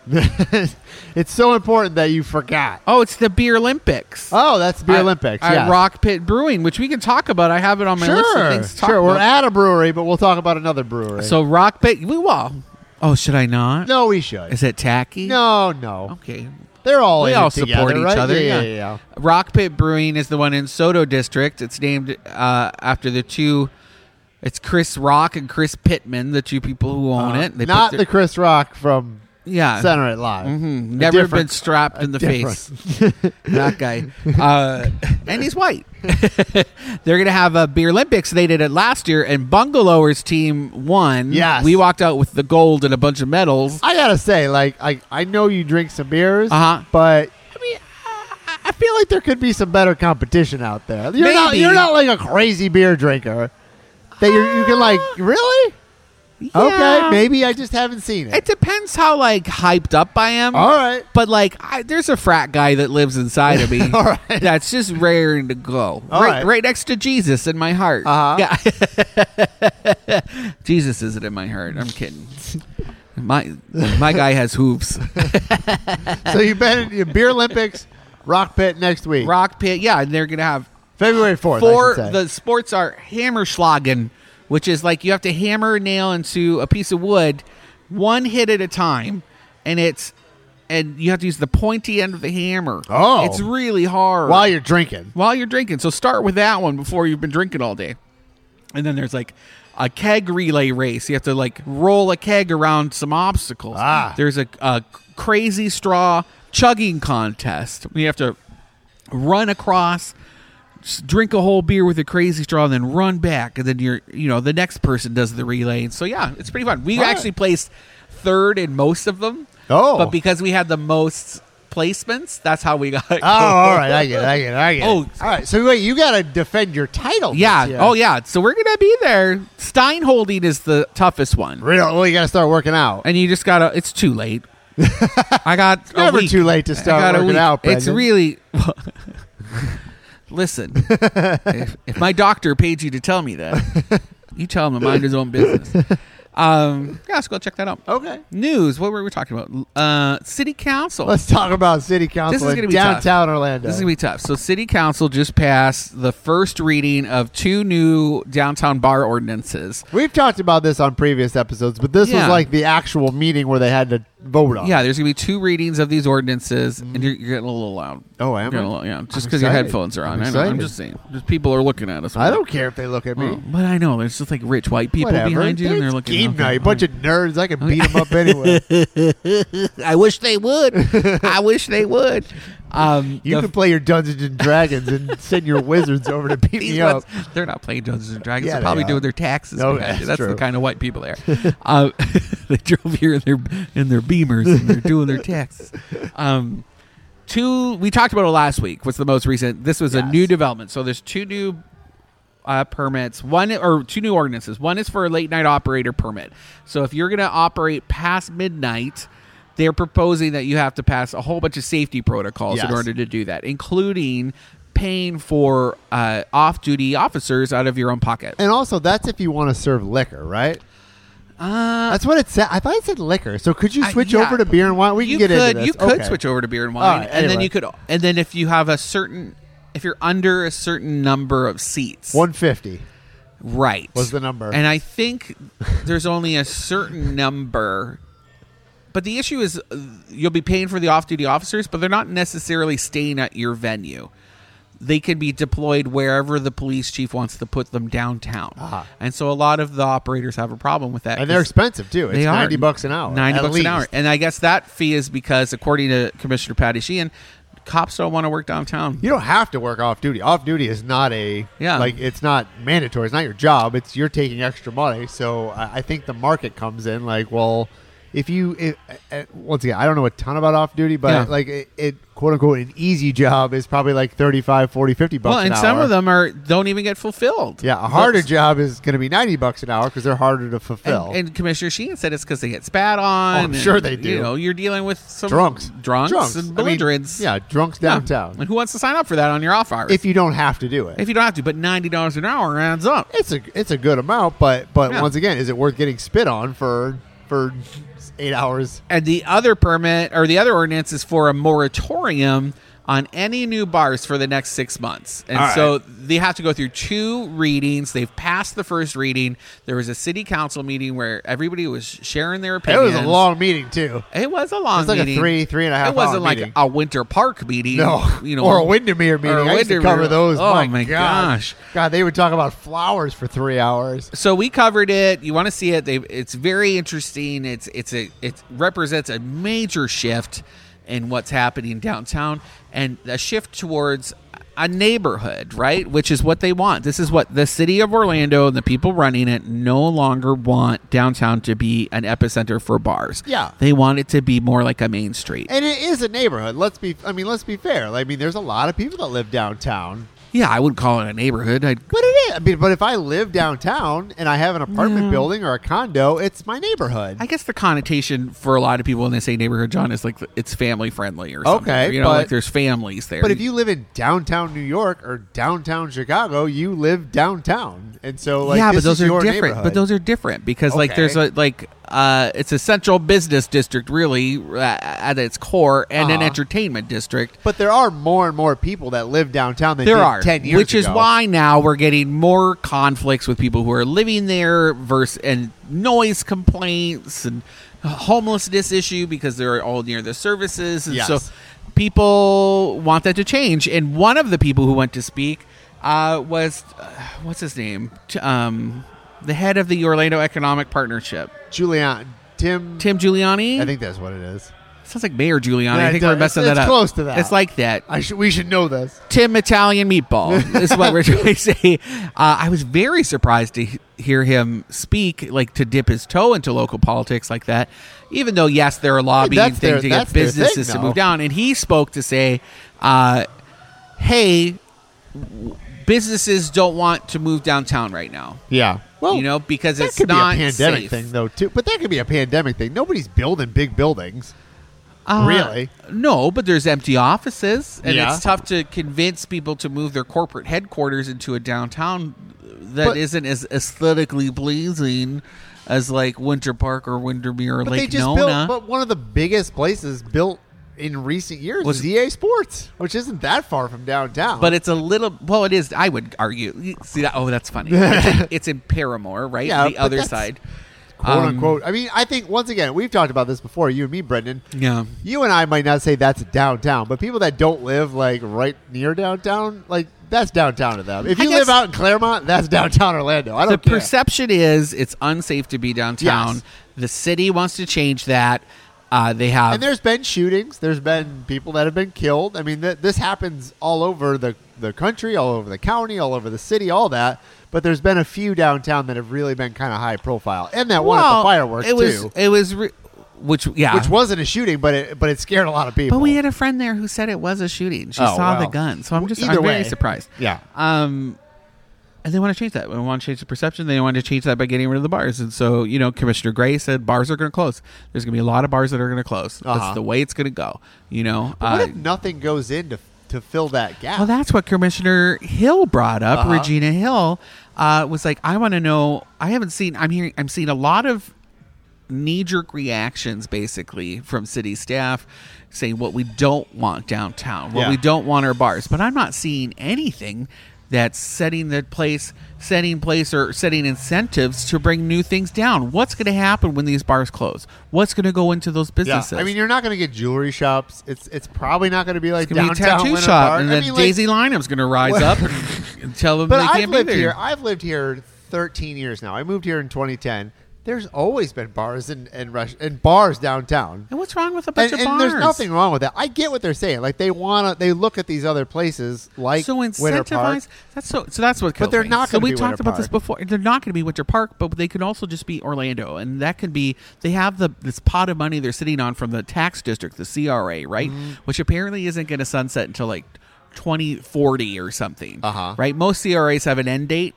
Speaker 1: it's so important that you forgot.
Speaker 2: Oh, it's the Beer Olympics.
Speaker 1: Oh, that's the
Speaker 2: I-
Speaker 1: Olympics.
Speaker 2: I,
Speaker 1: yeah.
Speaker 2: Rock Pit Brewing, which we can talk about. I have it on my list of
Speaker 1: Sure,
Speaker 2: things to talk
Speaker 1: sure. We're at
Speaker 2: about.
Speaker 1: a brewery, but we'll talk about another brewery.
Speaker 2: So Rock Pit, we well. Oh, should I not?
Speaker 1: no, we should.
Speaker 2: Is it tacky?
Speaker 1: no, no.
Speaker 2: Okay.
Speaker 1: They're all
Speaker 2: Oh. They
Speaker 1: in
Speaker 2: all
Speaker 1: it together,
Speaker 2: support each
Speaker 1: right?
Speaker 2: other.
Speaker 1: Yeah,
Speaker 2: Yeah.
Speaker 1: yeah, yeah.
Speaker 2: Rock Pit Brewing is the one in Soto District. It's named uh, after the two. It's Chris Rock and Chris Pittman, the two people who own it. put
Speaker 1: Uh, Not
Speaker 2: their-
Speaker 1: the Chris Rock from
Speaker 2: yeah.
Speaker 1: Center It Live.
Speaker 2: Mhm.
Speaker 1: A
Speaker 2: Never been
Speaker 1: different-
Speaker 2: strapped in the face. that guy. Uh, and he's white. They're going to have a Beer Olympics. They did it last year, and Bungalowers team won.
Speaker 1: Yes.
Speaker 2: We walked out with the gold and a bunch of medals.
Speaker 1: I gotta say, like, I I know you drink some beers,
Speaker 2: Uh-huh.
Speaker 1: but I mean, I, I feel like there could be some better competition out there. You're not
Speaker 2: Maybe.
Speaker 1: you're not like a crazy beer drinker that you're, you can like really
Speaker 2: Uh, Yeah.
Speaker 1: okay. Maybe I just haven't seen it.
Speaker 2: It depends how, like, hyped up I am.
Speaker 1: All right.
Speaker 2: But, like, I, there's a frat guy that lives inside of me.
Speaker 1: All right.
Speaker 2: That's just raring to go.
Speaker 1: All
Speaker 2: right,
Speaker 1: right.
Speaker 2: right next to Jesus in my heart.
Speaker 1: Uh-huh.
Speaker 2: Yeah. Jesus isn't in my heart. I'm kidding. My my guy has hooves. Uh,
Speaker 1: So you've been at your Beer Olympics, Rock Pit next week,
Speaker 2: Rock pit. Yeah, and they're gonna have
Speaker 1: February fourth.
Speaker 2: four. The sports are hammerschlagen, which is like you have to hammer a nail into a piece of wood, one hit at a time, and it's and you have to use the pointy end of the hammer.
Speaker 1: Oh.
Speaker 2: it's really hard
Speaker 1: while you're drinking.
Speaker 2: while you're drinking. So start with that one before you've been drinking all day. And then there's like a keg relay race. You have to like roll a keg around some obstacles.
Speaker 1: Ah.
Speaker 2: There's a, a crazy straw chugging contest. You have to run across, s- drink a whole beer with a crazy straw, and then run back. And then you're, you know, the next person does the relay. And so, yeah, it's pretty fun. We
Speaker 1: All right.
Speaker 2: actually placed third in most of them.
Speaker 1: Oh.
Speaker 2: But because we had the most placements, that's how we got.
Speaker 1: Oh, all right, I get it, I get it, I get it.
Speaker 2: Oh.
Speaker 1: all right. So wait, you got to defend your title. this
Speaker 2: Yeah.
Speaker 1: year.
Speaker 2: Oh, yeah. So we're gonna be there. Stein holding is the toughest one,
Speaker 1: Real. Well, you got to start working out.
Speaker 2: and you just gotta. It's too late. I got a
Speaker 1: Never
Speaker 2: week.
Speaker 1: too late to
Speaker 2: I
Speaker 1: start
Speaker 2: got a
Speaker 1: working
Speaker 2: week.
Speaker 1: out,
Speaker 2: It's
Speaker 1: Brendan.
Speaker 2: really. Listen, if, if my doctor paid you to tell me that, you tell him to mind his own business. Um, yeah, let's go check that out.
Speaker 1: Okay.
Speaker 2: News. What were we talking about? Uh, city council.
Speaker 1: Let's talk about city
Speaker 2: This
Speaker 1: council
Speaker 2: is
Speaker 1: in
Speaker 2: gonna be tough.
Speaker 1: downtown Orlando.
Speaker 2: This is gonna be tough. So, city council just passed the first reading of two new downtown bar ordinances.
Speaker 1: We've talked about this on previous episodes, but this
Speaker 2: Yeah.
Speaker 1: was like the actual meeting where they had to vote on.
Speaker 2: Yeah, there's gonna be two readings of these ordinances, and you're, you're getting a little loud.
Speaker 1: Oh, am
Speaker 2: You're
Speaker 1: I?
Speaker 2: getting a little- yeah, just
Speaker 1: Mm-hmm. I'm
Speaker 2: because your
Speaker 1: excited.
Speaker 2: headphones are on.
Speaker 1: I'm
Speaker 2: I know, I'm
Speaker 1: excited.
Speaker 2: just saying, just people are looking at us.
Speaker 1: I don't care if they look at me.
Speaker 2: Oh, but I know there's just like rich white people
Speaker 1: Whatever.
Speaker 2: behind you, and they're
Speaker 1: It's Game
Speaker 2: looking. okay,
Speaker 1: night,
Speaker 2: all
Speaker 1: bunch of nerds. I can beat them up anyway.
Speaker 2: right. I wish they would. I wish they would. Um,
Speaker 1: You
Speaker 2: the-
Speaker 1: can play your Dungeons and Dragons and send your wizards over to beat
Speaker 2: these
Speaker 1: me
Speaker 2: ones,
Speaker 1: up.
Speaker 2: they're not playing Dungeons and Dragons.
Speaker 1: Yeah,
Speaker 2: they're
Speaker 1: they
Speaker 2: probably
Speaker 1: are.
Speaker 2: doing their taxes.
Speaker 1: No,
Speaker 2: behind
Speaker 1: that's
Speaker 2: you. that's the
Speaker 1: true.
Speaker 2: kind of white people they are. um, they drove here in their in their Beamers and they're doing their taxes. Um, two we talked about it last week. What's the most recent? This was a
Speaker 1: Yes.
Speaker 2: new development. So there's two new uh, permits. One or two new ordinances. One is for a late night operator permit. So if you're going to operate past midnight, they're proposing that you have to pass a whole bunch of safety protocols in
Speaker 1: Yes.
Speaker 2: order to do that, including paying for uh, off-duty officers out of your own pocket.
Speaker 1: And also, that's if you want to serve liquor, right? Uh, that's what it said. I thought it said liquor. So could you
Speaker 2: I-
Speaker 1: switch
Speaker 2: yeah.
Speaker 1: over to beer and wine? We
Speaker 2: you
Speaker 1: can get
Speaker 2: could,
Speaker 1: into this.
Speaker 2: You could
Speaker 1: Okay.
Speaker 2: switch over to beer and
Speaker 1: All
Speaker 2: wine,
Speaker 1: right,
Speaker 2: and then
Speaker 1: anyway.
Speaker 2: you could, and then if you have a certain, if you're under a certain number of seats,
Speaker 1: One fifty.
Speaker 2: right
Speaker 1: was the number.
Speaker 2: and I think there's only a certain number. But the issue is, uh, you'll be paying for the off-duty officers, but they're not necessarily staying at your venue. They can be deployed wherever the police chief wants to put them downtown, and so a lot of the operators have a problem with that.
Speaker 1: Ah. And they're
Speaker 2: 'cause-
Speaker 1: expensive too. It's
Speaker 2: they are.
Speaker 1: ninety bucks an hour.
Speaker 2: Ninety
Speaker 1: at
Speaker 2: bucks
Speaker 1: least.
Speaker 2: an hour, and I guess that fee is because, according to Commissioner Patty Sheehan, cops don't want to work downtown.
Speaker 1: You don't have to work off duty. Off duty is not a
Speaker 2: Yeah.
Speaker 1: Like it's not mandatory. It's not your job. It's you're taking extra money. So I, I think the market comes in like, well, if you it, uh, once again, I don't know a ton about off duty, but
Speaker 2: Yeah.
Speaker 1: like it, it quote unquote an easy job is probably like 35, 40, 50 bucks.
Speaker 2: Well,
Speaker 1: an
Speaker 2: and some
Speaker 1: hour.
Speaker 2: of them are don't even get fulfilled.
Speaker 1: Yeah, a harder
Speaker 2: But-
Speaker 1: job is going to be ninety bucks an hour because they're harder to fulfill.
Speaker 2: And, and Commissioner Sheehan said it's because they get spat on.
Speaker 1: Oh, I'm
Speaker 2: and,
Speaker 1: sure they do.
Speaker 2: You know, you're dealing with some
Speaker 1: drunks,
Speaker 2: drunks,
Speaker 1: drunks, I
Speaker 2: and
Speaker 1: mean,
Speaker 2: belligerents.
Speaker 1: yeah, drunks downtown.
Speaker 2: And who wants to sign up for that on your off hours?
Speaker 1: If you don't have to do it,
Speaker 2: if you don't have to, but ninety dollars an hour adds up.
Speaker 1: it's a it's a good amount, but but
Speaker 2: Yeah.
Speaker 1: once again, is it worth getting spit on for for eight hours?
Speaker 2: And the other permit or the other ordinance is for a moratorium on any new bars for the next six months. And
Speaker 4: All right.
Speaker 2: so they have to go through two readings. They've passed the first reading. There was a city council meeting where everybody was sharing their
Speaker 1: It
Speaker 2: opinions.
Speaker 1: was a long meeting too.
Speaker 2: It was a long
Speaker 1: It was like a
Speaker 2: meeting.
Speaker 1: three- three and a half
Speaker 2: It wasn't
Speaker 1: hour
Speaker 2: like
Speaker 1: meeting.
Speaker 2: a winter park meeting.
Speaker 1: No,
Speaker 2: you know,
Speaker 1: or a Windermere meeting.
Speaker 2: or a
Speaker 1: I used to
Speaker 2: Windermere-
Speaker 1: cover those.
Speaker 2: Oh
Speaker 1: my,
Speaker 2: my
Speaker 1: God.
Speaker 2: gosh.
Speaker 1: God, they would talk about flowers for three hours.
Speaker 2: so we covered it. You want to see it? They, it's very interesting. It's it's a it represents a major shift in what's happening downtown and a shift towards a neighborhood, right? Which is what they want. This is what the city of Orlando and the people running it no longer want downtown to be an epicenter for bars.
Speaker 1: Yeah.
Speaker 2: they want it to be more like a main street.
Speaker 1: And it is a neighborhood. Let's be. I mean, let's be fair. I mean, there's a lot of people that live downtown.
Speaker 2: yeah, I wouldn't call it a neighborhood. I'd
Speaker 1: But it is. I mean, but if I live downtown and I have an apartment building or a condo, it's my neighborhood.
Speaker 2: I guess the connotation for a lot of people when they say neighborhood, John, is like it's family friendly or something.
Speaker 1: Okay,
Speaker 2: you know, like
Speaker 1: but-
Speaker 2: there's families there.
Speaker 1: but if you live in downtown New York or downtown Chicago, you live downtown, and so like
Speaker 2: yeah,
Speaker 1: this
Speaker 2: but those
Speaker 1: is your
Speaker 2: are different.
Speaker 1: neighborhood.
Speaker 2: But those are different because like
Speaker 1: Okay.
Speaker 2: there's a like uh, it's a central business district really uh, at its core, and an
Speaker 1: Uh-huh.
Speaker 2: entertainment district.
Speaker 1: But there are more and more people that live downtown than
Speaker 2: There
Speaker 1: did
Speaker 2: are
Speaker 1: ten years,
Speaker 2: which is
Speaker 1: ago.
Speaker 2: why now we're getting more conflicts with people who are living there versus and noise complaints and homelessness issue because they're all near the services and so
Speaker 1: Yes.
Speaker 2: people want that to change. And one of the people who went to speak uh, was uh, what's his name, T- um, the head of the Orlando Economic Partnership,
Speaker 1: Julian Tim.
Speaker 2: Tim Giuliani.
Speaker 1: I think that's what it is.
Speaker 2: sounds like Mayor Giuliani.
Speaker 1: Yeah,
Speaker 2: I think
Speaker 1: it
Speaker 2: we're
Speaker 1: does.
Speaker 2: messing
Speaker 1: It's-
Speaker 2: that up.
Speaker 1: it's close to that.
Speaker 2: It's like that.
Speaker 1: I should. We should know this.
Speaker 2: Tim Italian Meatball is what we're trying to say. Uh, I was very surprised to he- hear him speak, like to dip his toe into local politics like that. Even though, yes, there are lobbying
Speaker 1: that's their-
Speaker 2: things to get
Speaker 1: that's their
Speaker 2: businesses
Speaker 1: thing,
Speaker 2: to move
Speaker 1: though.
Speaker 2: down, and he spoke to say, uh, "Hey, w- businesses don't want to move downtown right now."
Speaker 1: Yeah. Well,
Speaker 2: You know, because
Speaker 1: that
Speaker 2: it's
Speaker 1: could
Speaker 2: not
Speaker 1: be a pandemic
Speaker 2: safe.
Speaker 1: thing though too. But that could be a pandemic thing. Nobody's building big buildings.
Speaker 2: Uh,
Speaker 1: Really?
Speaker 2: No, but there's empty offices, and
Speaker 1: Yeah.
Speaker 2: it's tough to convince people to move their corporate headquarters into a downtown that
Speaker 1: But-
Speaker 2: not as aesthetically pleasing as like Winter Park or Windermere or
Speaker 1: But they
Speaker 2: Lake
Speaker 1: just
Speaker 2: Nona.
Speaker 1: built. But one of the biggest places built in recent years
Speaker 2: Was-
Speaker 1: was EA Sports, which isn't that far from downtown.
Speaker 2: but it's a little well it is i would argue see that oh that's funny it's, in, it's in paramore right
Speaker 1: Yeah,
Speaker 2: the
Speaker 1: but
Speaker 2: other
Speaker 1: that's-
Speaker 2: side
Speaker 1: quote
Speaker 2: Um,
Speaker 1: unquote. I mean, I think once again we've talked about this before. You and me, Brendan.
Speaker 2: Yeah.
Speaker 1: You and I might not say that's downtown, but people that don't live like right near downtown, like that's downtown to them. If
Speaker 2: I
Speaker 1: you
Speaker 2: guess-
Speaker 1: live out in Claremont, that's downtown Orlando. I
Speaker 2: the
Speaker 1: don't care.
Speaker 2: perception is it's unsafe to be downtown
Speaker 1: Yes.
Speaker 2: the city wants to change that uh, they have
Speaker 1: and there's been shootings. There's been people that have been killed. I mean, th- this happens all over the the country, all over the county, all over the city, all that. But there's been a few downtown that have really been kind of high profile, and that one at the
Speaker 2: Well,
Speaker 1: fireworks
Speaker 2: It was
Speaker 1: too,
Speaker 2: it was re- which yeah,
Speaker 1: which wasn't a shooting, but it but it scared a lot of people.
Speaker 2: but we had a friend there who said it was a shooting. She
Speaker 1: Oh,
Speaker 2: saw the
Speaker 1: wow.
Speaker 2: gun, so I'm Uh, just
Speaker 1: Either
Speaker 2: I'm
Speaker 1: way,
Speaker 2: very surprised.
Speaker 1: yeah.
Speaker 2: Um, And they want to change that. They want to change the perception. They want to change that by getting rid of the bars. And so, you know, Commissioner Gray said bars are going to close. There's going to be a lot of bars that are going to close.
Speaker 1: Uh-huh.
Speaker 2: That's the way it's going to go. You know,
Speaker 1: What
Speaker 2: Uh,
Speaker 1: if nothing goes in to, to fill that gap?
Speaker 2: well, that's what Commissioner Hill brought up.
Speaker 1: Uh-huh.
Speaker 2: Regina Hill uh, was like, "I want to know. I haven't seen. I'm hearing. I'm seeing a lot of knee-jerk reactions, basically, from city staff saying what we don't want downtown, what
Speaker 1: Yeah.
Speaker 2: we don't want our bars. But I'm not seeing anything that's setting the place, setting place, or setting incentives to bring new things down. What's going to happen when these bars close? What's going to go into those
Speaker 1: yeah.
Speaker 2: businesses?
Speaker 1: I mean, you're not going to get jewelry shops. It's it's probably not going to be like
Speaker 2: It's gonna be a
Speaker 1: downtown
Speaker 2: tattoo
Speaker 1: Winter
Speaker 2: shop,
Speaker 1: Park.
Speaker 2: and
Speaker 1: I
Speaker 2: then
Speaker 1: mean, like-
Speaker 2: Daisy Linum's going to rise up and, and tell them
Speaker 1: But
Speaker 2: they
Speaker 1: I've
Speaker 2: can't be
Speaker 1: lived
Speaker 2: there.
Speaker 1: here. I've lived here 13 years now. I moved here in 2010. There's always been bars and and, rush, and bars downtown.
Speaker 2: And what's wrong with a bunch
Speaker 1: And,
Speaker 2: of
Speaker 1: and
Speaker 2: bars?
Speaker 1: there's nothing wrong with that. I get what they're saying. Like they want to, they look at these other places like
Speaker 2: so
Speaker 1: Winter Park.
Speaker 2: incentivize. That's so. So that's what. Kills
Speaker 1: they're
Speaker 2: me.
Speaker 1: not
Speaker 2: So
Speaker 1: gonna
Speaker 2: we
Speaker 1: be
Speaker 2: talked
Speaker 1: Winter
Speaker 2: about this
Speaker 1: Park.
Speaker 2: before. They're not going to be Winter Park, but they could also just be Orlando, and that could be. They have the this pot of money they're sitting on from the tax district, the CRA, right?
Speaker 1: Mm-hmm.
Speaker 2: Which apparently isn't going to sunset until like 2040 or something.
Speaker 1: Uh-huh.
Speaker 2: Right. Most CRAs have an end date.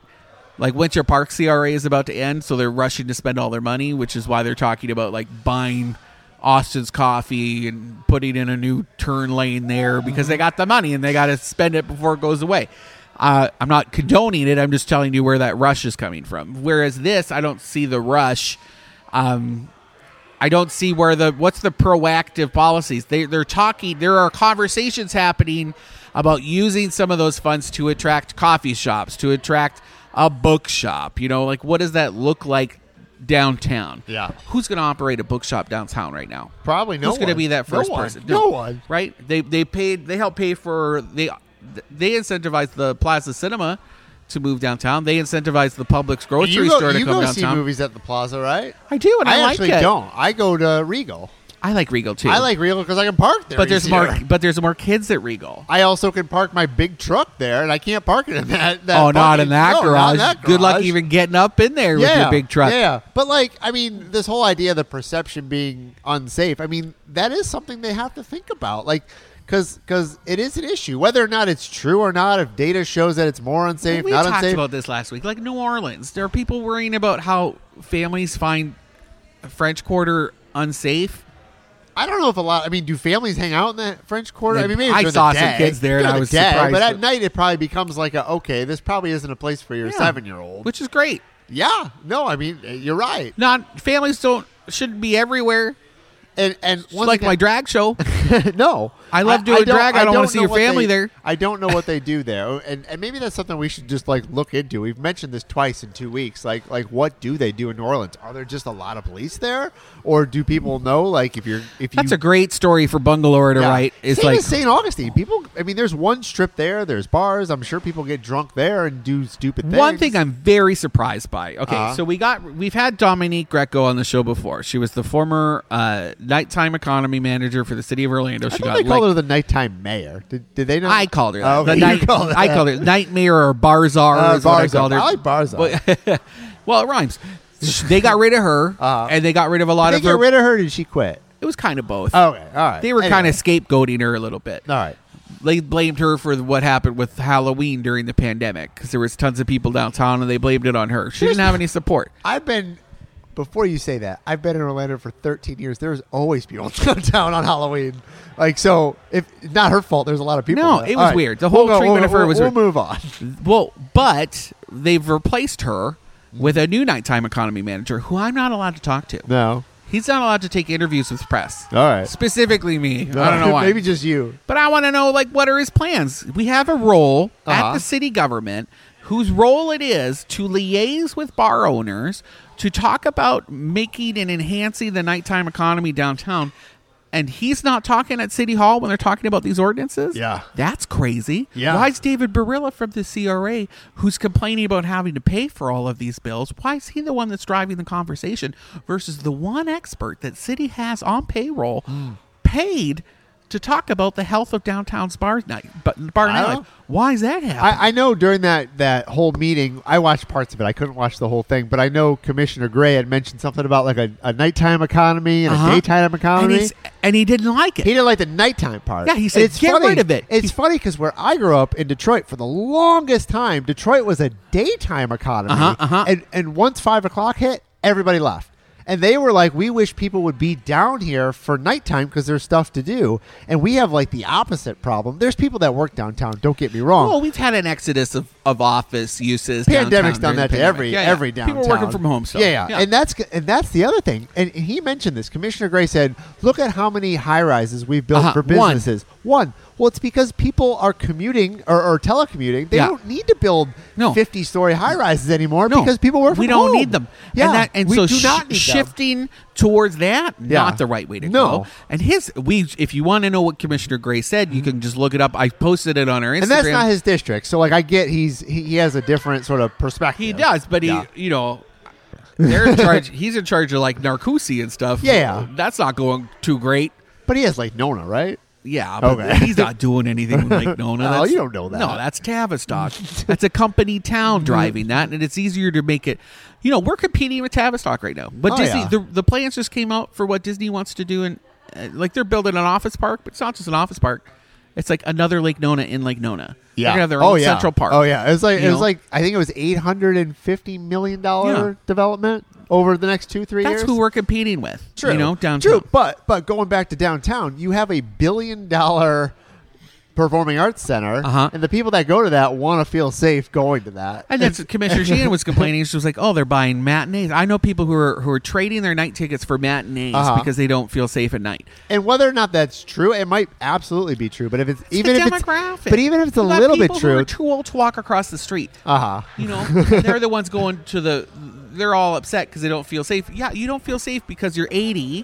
Speaker 2: Like Winter Park CRA is about to end, so they're rushing to spend all their money, which is why they're talking about like buying Austin's coffee and putting in a new turn lane there because they got the money and they got to spend it before it goes away. Uh, I'm not condoning it. I'm just telling you where that rush is coming from. Whereas this, I don't see the rush. Um, I don't see where the what's the proactive policies they they're talking. There are conversations happening about using some of those funds to attract coffee shops, to attract a bookshop. You know, like what does that look like downtown?
Speaker 1: Yeah.
Speaker 2: who's going to operate a bookshop downtown right now?
Speaker 1: Probably no
Speaker 2: Who's going to
Speaker 1: one.
Speaker 2: be that
Speaker 1: No
Speaker 2: first
Speaker 1: one.
Speaker 2: person?
Speaker 1: No one.
Speaker 2: Right? They they paid. They helped pay for they they incentivized the Plaza Cinema. To move downtown, they incentivized the Publix grocery
Speaker 1: you go,
Speaker 2: store to
Speaker 1: you
Speaker 2: come
Speaker 1: go
Speaker 2: downtown.
Speaker 1: see movies at the Plaza, right?
Speaker 2: I do, and I, like
Speaker 1: actually
Speaker 2: it.
Speaker 1: don't. I go to Regal.
Speaker 2: I like Regal too.
Speaker 1: I like Regal because I can park there.
Speaker 2: But there's
Speaker 1: easier.
Speaker 2: more. But there's more kids at Regal.
Speaker 1: I also can park my big truck there, and I can't park it in that. that
Speaker 2: oh, not
Speaker 1: fucking-
Speaker 2: in,
Speaker 1: no,
Speaker 2: that
Speaker 1: not
Speaker 2: garage.
Speaker 1: in that
Speaker 2: Good luck
Speaker 1: garage.
Speaker 2: even getting up in there with your big truck.
Speaker 1: Yeah, but like, I mean, this whole idea of the perception being unsafe. I mean, that is something they have to think about, like, because it is an issue, whether or not it's true or not. If data shows that it's more unsafe,
Speaker 2: we
Speaker 1: not
Speaker 2: talked
Speaker 1: unsafe.
Speaker 2: about this last week. Like New Orleans, there are people worrying about how families find French Quarter unsafe.
Speaker 1: I don't know if a lot. I mean, do families hang out in that French Quarter? I mean, maybe
Speaker 2: I
Speaker 1: during the
Speaker 2: saw some
Speaker 1: day-
Speaker 2: kids there and
Speaker 1: during
Speaker 2: I
Speaker 1: the
Speaker 2: was
Speaker 1: day,
Speaker 2: surprised
Speaker 1: But at
Speaker 2: that-
Speaker 1: night, it probably becomes like a okay. This probably isn't a place for your
Speaker 2: Yeah.
Speaker 1: seven-year-old.
Speaker 2: which is great.
Speaker 1: yeah, no, I mean, eh, you're right.
Speaker 2: Not families don't shouldn't be everywhere.
Speaker 1: And and
Speaker 2: It's like my drag show.
Speaker 1: no,
Speaker 2: I love doing drag. I don't wanna see
Speaker 1: know
Speaker 2: your
Speaker 1: what
Speaker 2: family
Speaker 1: they-
Speaker 2: there.
Speaker 1: I don't know what they do there, Oh, and and maybe that's something we should just like look into. We've mentioned this twice in two weeks. Like like what do they do in New Orleans? Are there just a lot of police there, or do people know like if you're if
Speaker 2: That's
Speaker 1: you
Speaker 2: a great story for Bungalow to
Speaker 1: Yeah.
Speaker 2: write. It's
Speaker 1: Same
Speaker 2: like
Speaker 1: as St. Augustine. People, I mean, there's one strip there. There's bars. I'm sure people get drunk there and do stupid things.
Speaker 2: One thing I'm very surprised by. Okay,
Speaker 1: Uh-huh.
Speaker 2: so we got we've had Dominique Greco on the show before. She was the former uh, nighttime economy manager for the city of Orlando.
Speaker 1: I
Speaker 2: She
Speaker 1: thought
Speaker 2: got
Speaker 1: they called
Speaker 2: like-
Speaker 1: her the nighttime mayor. Did, did they know?
Speaker 2: I called her. That.
Speaker 1: Oh,
Speaker 2: the
Speaker 1: okay.
Speaker 2: night,
Speaker 1: You called her
Speaker 2: I
Speaker 1: that.
Speaker 2: called her Nightmare or Barzar.
Speaker 1: Uh,
Speaker 2: is what I
Speaker 1: Barzal.
Speaker 2: called her.
Speaker 1: I like Barzal.
Speaker 2: But- well, it rhymes. They got rid of her,
Speaker 1: Uh-huh.
Speaker 2: and they got rid of a lot
Speaker 1: Did they
Speaker 2: of her.
Speaker 1: get rid of her? Or did she quit?
Speaker 2: it was kind of both.
Speaker 1: Okay, all right.
Speaker 2: They were
Speaker 1: Anyway.
Speaker 2: kind of scapegoating her a little bit.
Speaker 1: all right.
Speaker 2: they blamed her for what happened with Halloween during the pandemic because there was tons of people downtown and they blamed it on her. She didn't have any support.
Speaker 1: I've been before you say that. I've been in Orlando for 13 years. There's always people downtown on Halloween. Like so, if not her fault, there's a lot of people.
Speaker 2: No,
Speaker 1: there.
Speaker 2: it was
Speaker 1: All right.
Speaker 2: weird. The whole
Speaker 1: We'll go-
Speaker 2: treatment
Speaker 1: we'll-
Speaker 2: of her
Speaker 1: we'll-
Speaker 2: was
Speaker 1: We'll
Speaker 2: weird.
Speaker 1: move on.
Speaker 2: Well, but they've replaced her with a new nighttime economy manager who I'm not allowed to talk to.
Speaker 1: No,
Speaker 2: He's not allowed to take interviews with press.
Speaker 1: All right.
Speaker 2: Specifically me. I don't know why.
Speaker 1: Uh, Maybe just you.
Speaker 2: But I want to know like what are his plans? We have a role at
Speaker 1: Uh-huh.
Speaker 2: the city government whose role it is to liaise with bar owners to talk about making and enhancing the nighttime economy downtown. And he's not talking at City Hall when they're talking about these ordinances?
Speaker 1: Yeah.
Speaker 2: That's crazy.
Speaker 1: Yeah.
Speaker 2: Why is David Barilla from the CRA, who's complaining about having to pay for all of these bills, why is he the one that's driving the
Speaker 1: Hmm.
Speaker 2: conversation versus the one expert that City has on payroll paid to talk about the health of downtown's bar night, but bar
Speaker 1: I don't
Speaker 2: night.
Speaker 1: know.
Speaker 2: Why is that happening?
Speaker 1: I, I know during that that whole meeting, I watched parts of it. I couldn't watch the whole thing, but I know Commissioner Gray had mentioned something about like a, a nighttime economy and
Speaker 2: Uh-huh.
Speaker 1: a daytime
Speaker 2: and,
Speaker 1: economy.
Speaker 2: he's, and he didn't like it.
Speaker 1: He didn't like the nighttime part.
Speaker 2: Yeah, he
Speaker 1: And
Speaker 2: said,
Speaker 1: it's
Speaker 2: "Get
Speaker 1: funny-
Speaker 2: rid of it."
Speaker 1: It's funny because where I grew up in Detroit, for the longest time, Detroit was a daytime economy.
Speaker 2: Uh-huh, uh-huh.
Speaker 1: And, and once five o'clock hit, everybody left. And they were like, we wish people would be down here for nighttime because there's stuff to do. And we have like the opposite problem. There's people that work downtown, don't get me wrong.
Speaker 2: Well, Oh, we've had an exodus of, of office uses.
Speaker 1: Pandemic's
Speaker 2: downtown during
Speaker 1: done that
Speaker 2: the
Speaker 1: to
Speaker 2: pandemic.
Speaker 1: every
Speaker 2: Yeah, yeah.
Speaker 1: every downtown.
Speaker 2: People working from home. So.
Speaker 1: Yeah, yeah, and that's and that's the other thing. And he mentioned this. Commissioner Gray said, "Look at how many high rises we've built for
Speaker 2: Uh-huh. One.
Speaker 1: businesses." One. Well, it's because people are commuting or, or telecommuting. They
Speaker 2: Yeah.
Speaker 1: don't need to build
Speaker 2: No.
Speaker 1: fifty-story high rises anymore because people work. From
Speaker 2: we don't
Speaker 1: home.
Speaker 2: need them.
Speaker 1: Yeah,
Speaker 2: and, that, and
Speaker 1: we
Speaker 2: so
Speaker 1: do
Speaker 2: sh-
Speaker 1: not need them.
Speaker 2: shifting towards that, not the right way to
Speaker 1: No.
Speaker 2: go. And his, we, if you want to know what Commissioner Gray said, you can just look it up. I posted it on our Instagram.
Speaker 1: And that's not his district. So, like, I get he's he, he has a different sort of perspective.
Speaker 2: He does, but he,
Speaker 1: Yeah.
Speaker 2: you know, they're in charge. He's in charge of like Narcusi and stuff.
Speaker 1: Yeah.
Speaker 2: that's not going too great.
Speaker 1: but he has like Nona, right?
Speaker 2: Yeah, but
Speaker 1: Okay.
Speaker 2: he's not doing anything with Lake Nona.
Speaker 1: Oh,
Speaker 2: That's-
Speaker 1: you don't know that. Mm-hmm.
Speaker 2: No, that's Tavistock. that's a company town driving that, and it's easier to make it. You know, we're competing with Tavistock right now, but
Speaker 1: Oh,
Speaker 2: Disney.
Speaker 1: yeah.
Speaker 2: The, the plans just came out for what Disney wants to do, and uh, like they're building an office park, but it's not just an office park. It's like another Lake Nona in Lake Nona. they're gonna have their own
Speaker 1: oh, yeah.
Speaker 2: Central Park.
Speaker 1: Oh yeah, it was like
Speaker 2: You
Speaker 1: it was
Speaker 2: know?
Speaker 1: like I think it was eight hundred and fifty million dollar
Speaker 2: Yeah.
Speaker 1: development over the next two three
Speaker 2: that's
Speaker 1: years.
Speaker 2: who we're competing with.
Speaker 1: True.
Speaker 2: you know, downtown.
Speaker 1: True, but but going back to downtown, you have a billion dollar performing arts center,
Speaker 2: Uh-huh.
Speaker 1: and the people that go to that want to feel safe going to that.
Speaker 2: And that's what Commissioner Sheehan was complaining. She was like, "Oh, they're buying matinees." I know people who are who are trading their night tickets for matinees
Speaker 1: Uh-huh.
Speaker 2: because they don't feel safe at night.
Speaker 1: And whether or not that's true, it might absolutely be true. But if it's, even
Speaker 2: the
Speaker 1: if
Speaker 2: demographic.
Speaker 1: it's but even if it's a
Speaker 2: You got
Speaker 1: little bit
Speaker 2: people who
Speaker 1: true,
Speaker 2: are too old to walk across the street.
Speaker 1: uh huh.
Speaker 2: You know, they're the ones going to the. They're all upset because they don't feel safe. Yeah, you don't feel safe because you're 80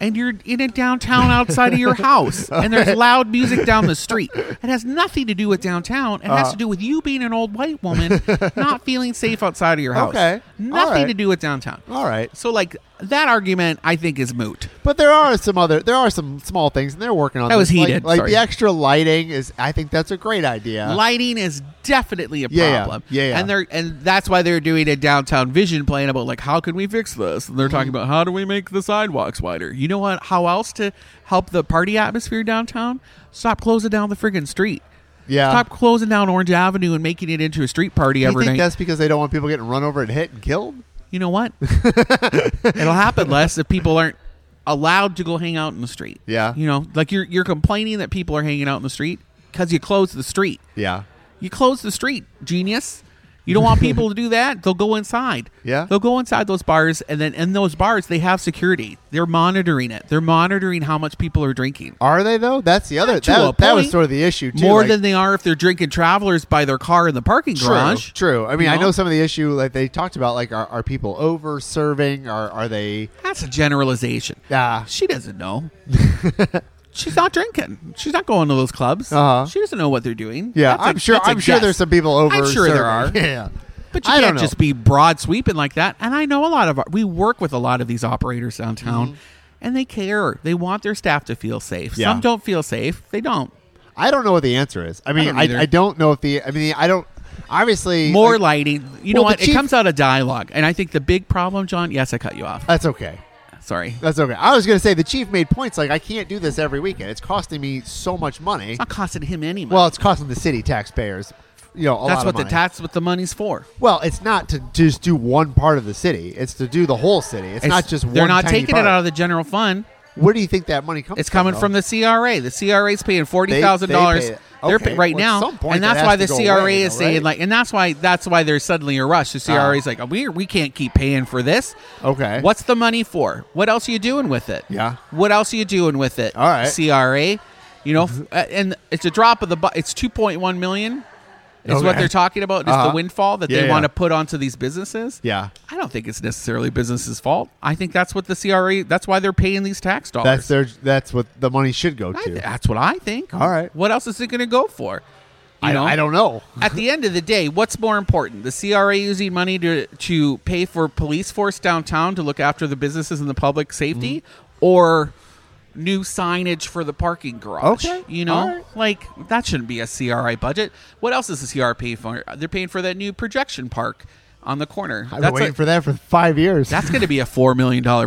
Speaker 2: and you're in a downtown outside of your house and there's loud music down the street. It has nothing to do with downtown. It
Speaker 1: Uh-huh.
Speaker 2: has to do with you being an old white woman not feeling safe outside of your house.
Speaker 1: Okay. All
Speaker 2: Nothing
Speaker 1: right.
Speaker 2: to do with downtown.
Speaker 1: All right.
Speaker 2: So like that argument I think is moot.
Speaker 1: But there are some other, there are some small things, and they're working on.
Speaker 2: That was
Speaker 1: this. Like-
Speaker 2: heated,
Speaker 1: Like,
Speaker 2: sorry.
Speaker 1: the extra lighting is, I think that's a great idea.
Speaker 2: Lighting is definitely a
Speaker 1: Uh-huh. Yeah, yeah.
Speaker 2: problem.
Speaker 1: Yeah, yeah.
Speaker 2: And they're and that's why they're doing a downtown vision plan about like how can we fix this? And they're
Speaker 1: Mm-hmm.
Speaker 2: talking about how do we make the sidewalks wider? You know what? How else to help the party atmosphere downtown? Stop closing down the friggin' street.
Speaker 1: yeah.
Speaker 2: Stop closing down Orange Avenue and making it into a street party
Speaker 1: Do Uh. you
Speaker 2: every
Speaker 1: think
Speaker 2: night.
Speaker 1: that's because they don't want people getting run over and hit and killed?
Speaker 2: you know what? It'll happen less if people aren't allowed to go hang out in the street.
Speaker 1: Yeah.
Speaker 2: You know, like you're you're complaining that people are hanging out in the street because you closed the street.
Speaker 1: Yeah.
Speaker 2: You close the street, genius. You don't want people to do that. They'll go inside.
Speaker 1: Yeah.
Speaker 2: They'll go inside those bars and then in those bars they have security. They're monitoring it. They're monitoring how much people are drinking.
Speaker 1: Are they though? That's the other.
Speaker 2: to a
Speaker 1: That, that was
Speaker 2: point.
Speaker 1: sort of the issue too.
Speaker 2: More
Speaker 1: like-
Speaker 2: than they are if they're drinking travelers by their car in the parking
Speaker 1: true.
Speaker 2: garage.
Speaker 1: True. I mean,
Speaker 2: You
Speaker 1: I
Speaker 2: know?
Speaker 1: know some of the issue like they talked about. Like, are, are people over serving? Are are they?
Speaker 2: That's a generalization.
Speaker 1: Yeah.
Speaker 2: She doesn't know. She's not drinking. She's not going to those clubs.
Speaker 1: Uh-huh.
Speaker 2: She doesn't know what they're doing.
Speaker 1: Yeah,
Speaker 2: That's a-
Speaker 1: I'm sure.
Speaker 2: that's a
Speaker 1: I'm sure
Speaker 2: guess.
Speaker 1: there's some people over.
Speaker 2: I'm sure there are.
Speaker 1: serving. Yeah.
Speaker 2: But you
Speaker 1: I
Speaker 2: can't
Speaker 1: don't know.
Speaker 2: just be broad sweeping like that. And I know a lot of we work with a lot of these operators downtown, and they care. They want their staff to feel safe.
Speaker 1: Mm-hmm. Yeah.
Speaker 2: Some don't feel safe. They don't.
Speaker 1: I don't know what the answer is. I mean,
Speaker 2: don't
Speaker 1: I
Speaker 2: either.
Speaker 1: I, don't know if the. I mean, I don't. Obviously,
Speaker 2: More
Speaker 1: like,
Speaker 2: lighting. You know
Speaker 1: Well, the
Speaker 2: what? it
Speaker 1: chief-
Speaker 2: comes out of dialogue, and I think the big problem, John. Yes, I cut you off.
Speaker 1: that's okay.
Speaker 2: Sorry. It's
Speaker 1: That's okay. I was gonna say the chief made points like I can't do this every weekend. It's costing me so much money.
Speaker 2: not costing him any money.
Speaker 1: Well, it's costing the city taxpayers. You know, a lot
Speaker 2: that's
Speaker 1: of
Speaker 2: what the
Speaker 1: money.
Speaker 2: that's what the money's for.
Speaker 1: Well, it's not to just do one part of the city. It's to do the whole city. It's, not just
Speaker 2: they're
Speaker 1: one
Speaker 2: not
Speaker 1: tiny
Speaker 2: taking
Speaker 1: part.
Speaker 2: it out of the general fund.
Speaker 1: Where do you think that money comes
Speaker 2: It's coming
Speaker 1: though?
Speaker 2: from the CRA. The CRA's paying forty thousand
Speaker 1: They-
Speaker 2: dollars.
Speaker 1: they pay it.
Speaker 2: They're
Speaker 1: Okay,
Speaker 2: pay- right
Speaker 1: well, at
Speaker 2: now,
Speaker 1: some point
Speaker 2: and
Speaker 1: that
Speaker 2: that's
Speaker 1: has
Speaker 2: why
Speaker 1: to
Speaker 2: the
Speaker 1: go
Speaker 2: CRA
Speaker 1: away,
Speaker 2: is
Speaker 1: though,
Speaker 2: saying
Speaker 1: right? Ah.
Speaker 2: like, and that's why that's why there's suddenly a rush. The CRA is like, we we can't keep paying for this.
Speaker 1: Okay.
Speaker 2: what's the money for? What else are you doing with it?
Speaker 1: Yeah.
Speaker 2: what else are you doing with it?
Speaker 1: All right. Mm-hmm.
Speaker 2: CRA, you know, f- uh, and it's a drop of the bu- it's two point one million. Is what
Speaker 1: Okay.
Speaker 2: they're talking about. Is
Speaker 1: Uh-huh.
Speaker 2: the windfall that
Speaker 1: Yeah,
Speaker 2: they
Speaker 1: yeah.
Speaker 2: want to put onto these businesses?
Speaker 1: Yeah,
Speaker 2: I don't think it's necessarily business's fault. I think that's what the CRA. That's why they're paying these tax dollars.
Speaker 1: that's their. That's what the money should go
Speaker 2: I
Speaker 1: to.
Speaker 2: th- that's what I think.
Speaker 1: All right.
Speaker 2: What else is it going to go for? You
Speaker 1: I,
Speaker 2: know,
Speaker 1: I don't know.
Speaker 2: At the end of the day, what's more important? The CRA using money to to pay
Speaker 1: Mm-hmm.
Speaker 2: for police force downtown to look after the businesses and the public safety, or new signage for the parking garage.
Speaker 1: Okay.
Speaker 2: You know,
Speaker 1: All right.
Speaker 2: like that shouldn't be a CRI budget. What else is the CRI paying for? They're paying for that new projection park on the corner.
Speaker 1: I've been
Speaker 2: that's
Speaker 1: waiting
Speaker 2: a-
Speaker 1: for that for five years.
Speaker 2: that's going to be a four million dollar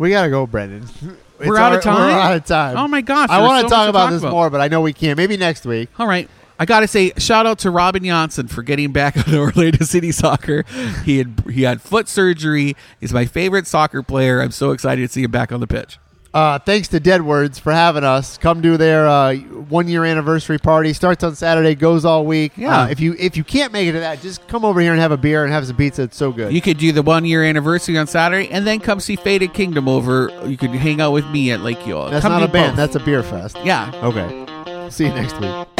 Speaker 1: we gotta go, Brendan. It's
Speaker 2: We're out of
Speaker 1: our-
Speaker 2: time?
Speaker 1: We're out of time.
Speaker 2: Oh my gosh,
Speaker 1: I
Speaker 2: there's
Speaker 1: wanna
Speaker 2: so much
Speaker 1: talk
Speaker 2: to
Speaker 1: about
Speaker 2: talk
Speaker 1: this
Speaker 2: about.
Speaker 1: more, but I know we can't. Maybe next week.
Speaker 2: All right. I gotta say, shout out to Robin Johnson for getting back on Orlando City Soccer. He had he had foot surgery. He's my favorite soccer player. I'm so excited to see him back on the pitch.
Speaker 1: Uh, thanks to Dead Words for having us. Come to their uh, one year anniversary party. Starts on Saturday, goes all week.
Speaker 2: Yeah.
Speaker 1: Uh, if you if you can't make it to that, just come over here and have a beer and have some pizza. It's so good.
Speaker 2: You could do the one year anniversary on Saturday, and then come see Faded Kingdom over. You could hang out with me at Lake Yule.
Speaker 1: that's
Speaker 2: Come
Speaker 1: not
Speaker 2: do
Speaker 1: a band.
Speaker 2: both.
Speaker 1: That's a beer fest.
Speaker 2: yeah.
Speaker 1: Okay. See you next week.